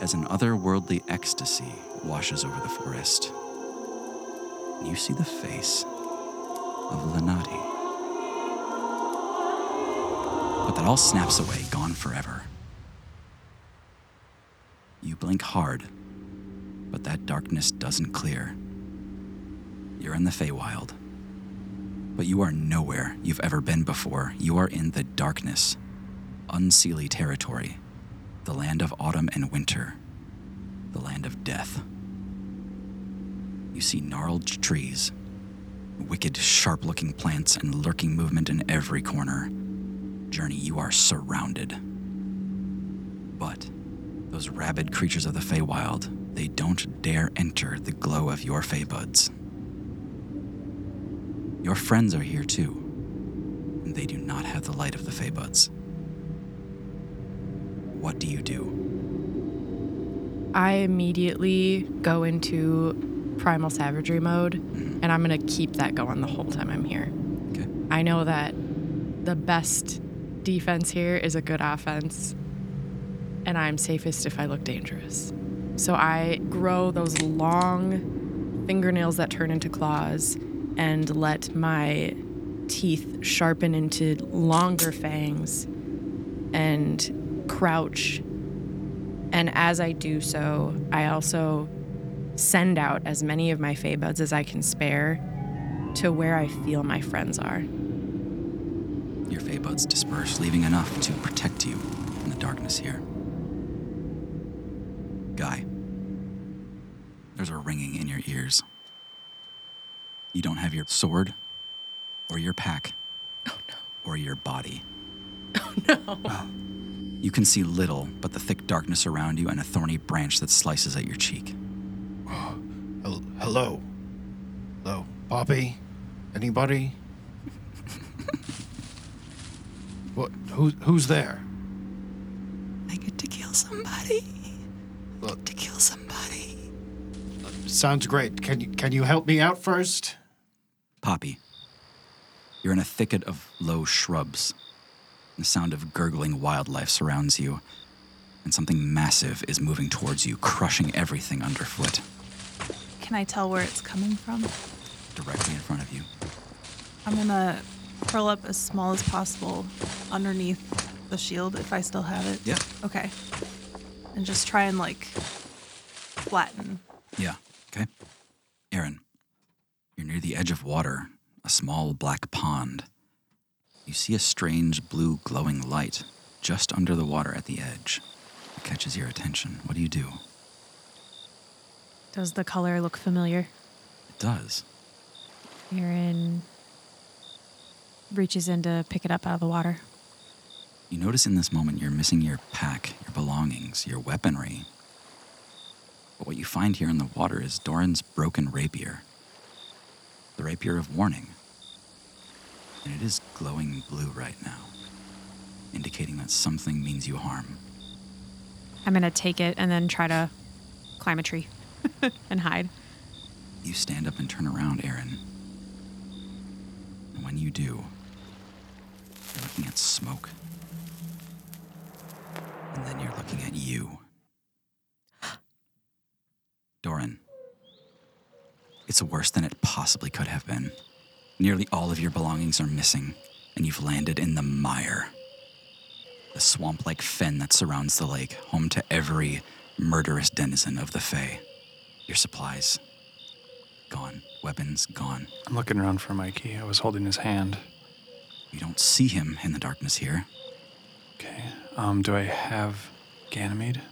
A: as an otherworldly ecstasy washes over the forest. And you see the face of Lenati. But that all snaps away, gone forever. You blink hard, but that darkness doesn't clear. You're in the Feywild. But you are nowhere you've ever been before. You are in the darkness, unseelie territory, the land of autumn and winter, the land of death. You see gnarled trees, wicked, sharp looking plants, and lurking movement in every corner. Journey, you are surrounded. But those rabid creatures of the Feywild, they don't dare enter the glow of your Feybuds. Your friends are here too, and they do not have the light of the Feybuds. What do you do?
D: I immediately go into primal savagery mode, and I'm gonna keep that going the whole time I'm here.
A: Okay.
D: I know that the best defense here is a good offense, and I'm safest if I look dangerous. So I grow those long fingernails that turn into claws and let my teeth sharpen into longer fangs and crouch. And as I do so, I also send out as many of my fey buds as I can spare to where I feel my friends are.
A: Your fey buds disperse, leaving enough to protect you in the darkness here. Guy, there's a ringing in your ears. You don't have your sword, or your pack,
L: Oh,
A: or your body. Oh no. You can see little but the thick darkness around you and a thorny branch that slices at your cheek.
E: Hel- Hello. Hello. Poppy? Anybody? what? Who, who's there?
L: I get to kill somebody. I get to kill somebody.
E: Sounds great. Can you, can you help me out first?
A: Poppy. You're in a thicket of low shrubs. The sound of gurgling wildlife surrounds you, and something massive is moving towards you, crushing everything underfoot,
F: Can I tell where it's coming from?
A: directly in front of you.
F: I'm gonna curl up as small as possible underneath the shield if I still have it.
A: Yeah.
F: Okay. And just try and like flatten.
A: Yeah, okay. Aaron, you're near the edge of water, a small black pond. You see a strange blue glowing light just under the water at the edge. It catches your attention. What do you do?
I: Does the color look familiar?
A: It does.
I: Aaron reaches in to pick it up out of the water.
A: You notice in this moment you're missing your pack, your belongings, your weaponry. But what you find here in the water is Doran's broken rapier. The rapier of warning. And it is glowing blue right now, indicating that something means you harm.
C: I'm gonna take it and then try to climb a tree and hide.
A: You stand up and turn around, Aaron. And when you do, you're looking at smoke. And then you're looking at you. Doran, it's worse than it possibly could have been. Nearly all of your belongings are missing, and you've landed in the mire. The swamp like fen that surrounds the lake, home to every murderous denizen of the Fae. Your supplies, gone. Weapons, gone.
B: I'm looking around for Mikey. I was holding his hand.
A: You don't see him in the darkness here.
B: Um, do I have Ganymede?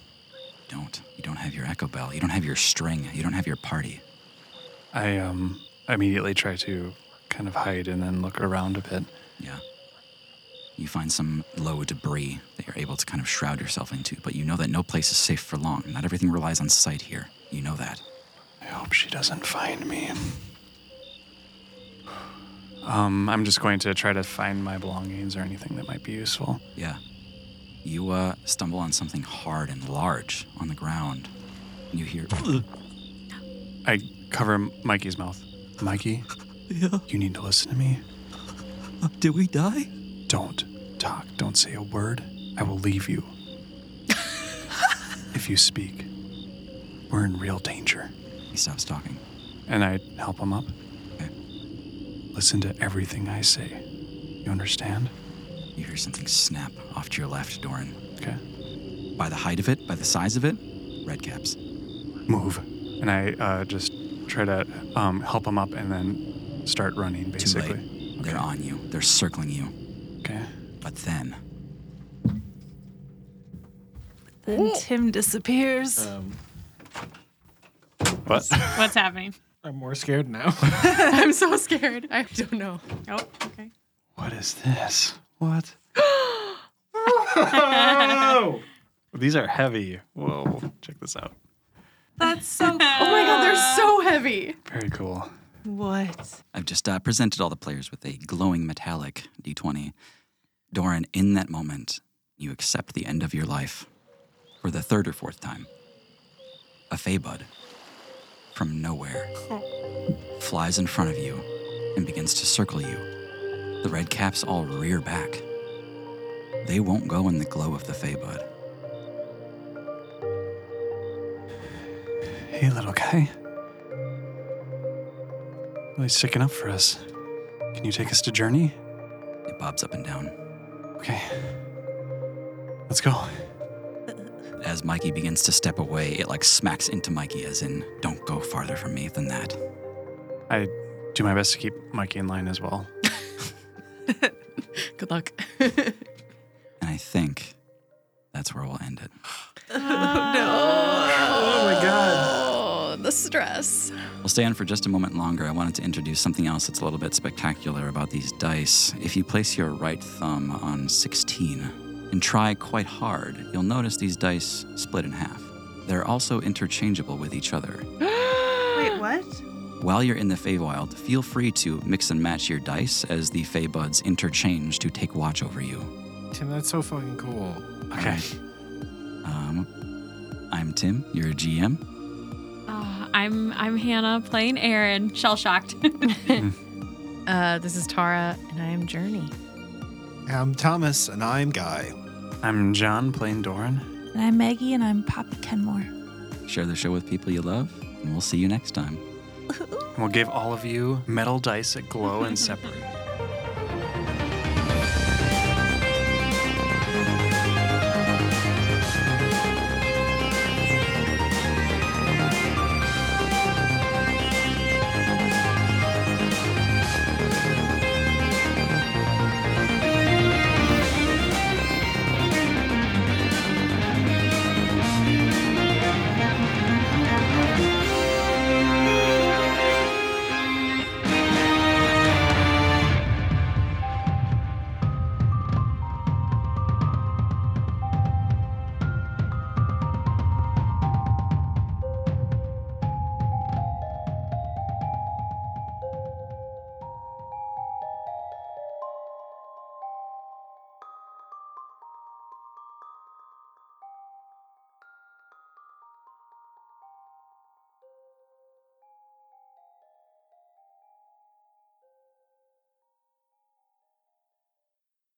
A: Don't. You don't have your echo bell. You don't have your string. You don't have your party.
B: I um immediately try to kind of hide and then look around a bit.
A: Yeah. You find some low debris that you're able to kind of shroud yourself into, but you know that no place is safe for long. Not everything relies on sight here. You know that.
B: I hope she doesn't find me. Um, I'm just going to try to find my belongings or anything that might be useful.
A: Yeah. You uh, stumble on something hard and large on the ground. And you hear.
B: I cover Mikey's mouth. Mikey, yeah. you need to listen to me.
J: Did we die?
B: Don't talk. Don't say a word. I will leave you. if you speak, we're in real danger.
A: He stops talking.
B: And I help him up. Listen to everything I say. You understand?
A: You hear something snap off to your left, Doran.
B: Okay.
A: By the height of it, by the size of it, red caps.
B: Move. And I uh, just try to um, help him up and then start running, basically.
A: They're on you. They're circling you.
B: Okay.
A: But then,
F: Then Tim disappears.
B: What?
C: What's happening?
G: I'm more scared now.
D: I'm so scared. I don't know.
C: Oh, okay.
B: What is this? What? These are heavy. Whoa. Check this out.
F: That's so cool.
D: Oh my god, they're so heavy.
B: Very cool.
F: What?
A: I've just uh, presented all the players with a glowing metallic d20. Doran, in that moment, you accept the end of your life for the third or fourth time. A Feybud. from nowhere, flies in front of you, and begins to circle you. The red caps all rear back. They won't go in the glow of the Feybud.
B: Hey, little guy. Really sticking up for us. Can you take us to Journey?
A: It bobs up and down.
B: Okay. Let's go.
A: As Mikey begins to step away, it like smacks into Mikey, as in, don't go farther from me than that.
B: I do my best to keep Mikey in line as well.
D: Good luck.
A: And I think that's where we'll end it.
D: Oh my god. Oh, The stress.
A: We'll stay on for just a moment longer. I wanted to introduce something else that's a little bit spectacular about these dice. If you place your right thumb on 16 and try quite hard, you'll notice these dice split in half. They're also interchangeable with each other.
H: Wait, what?
A: While you're in the Feywild, feel free to mix and match your dice as the Feybuds interchange to take watch over you.
E: Tim, that's so fucking cool.
A: Okay. Um, I'm Tim. You're a GM.
C: Uh, I'm I'm Hannah playing Aaron. Shell shocked.
D: uh, this is Tara, and I am Journey.
E: I'm Thomas, and I'm Guy.
B: I'm John playing Doran.
H: And I'm Maggie, and I'm Papa Kenmore.
A: Share the show with people you love, and we'll see you next time.
B: And we'll give all of you metal dice that glow and separate.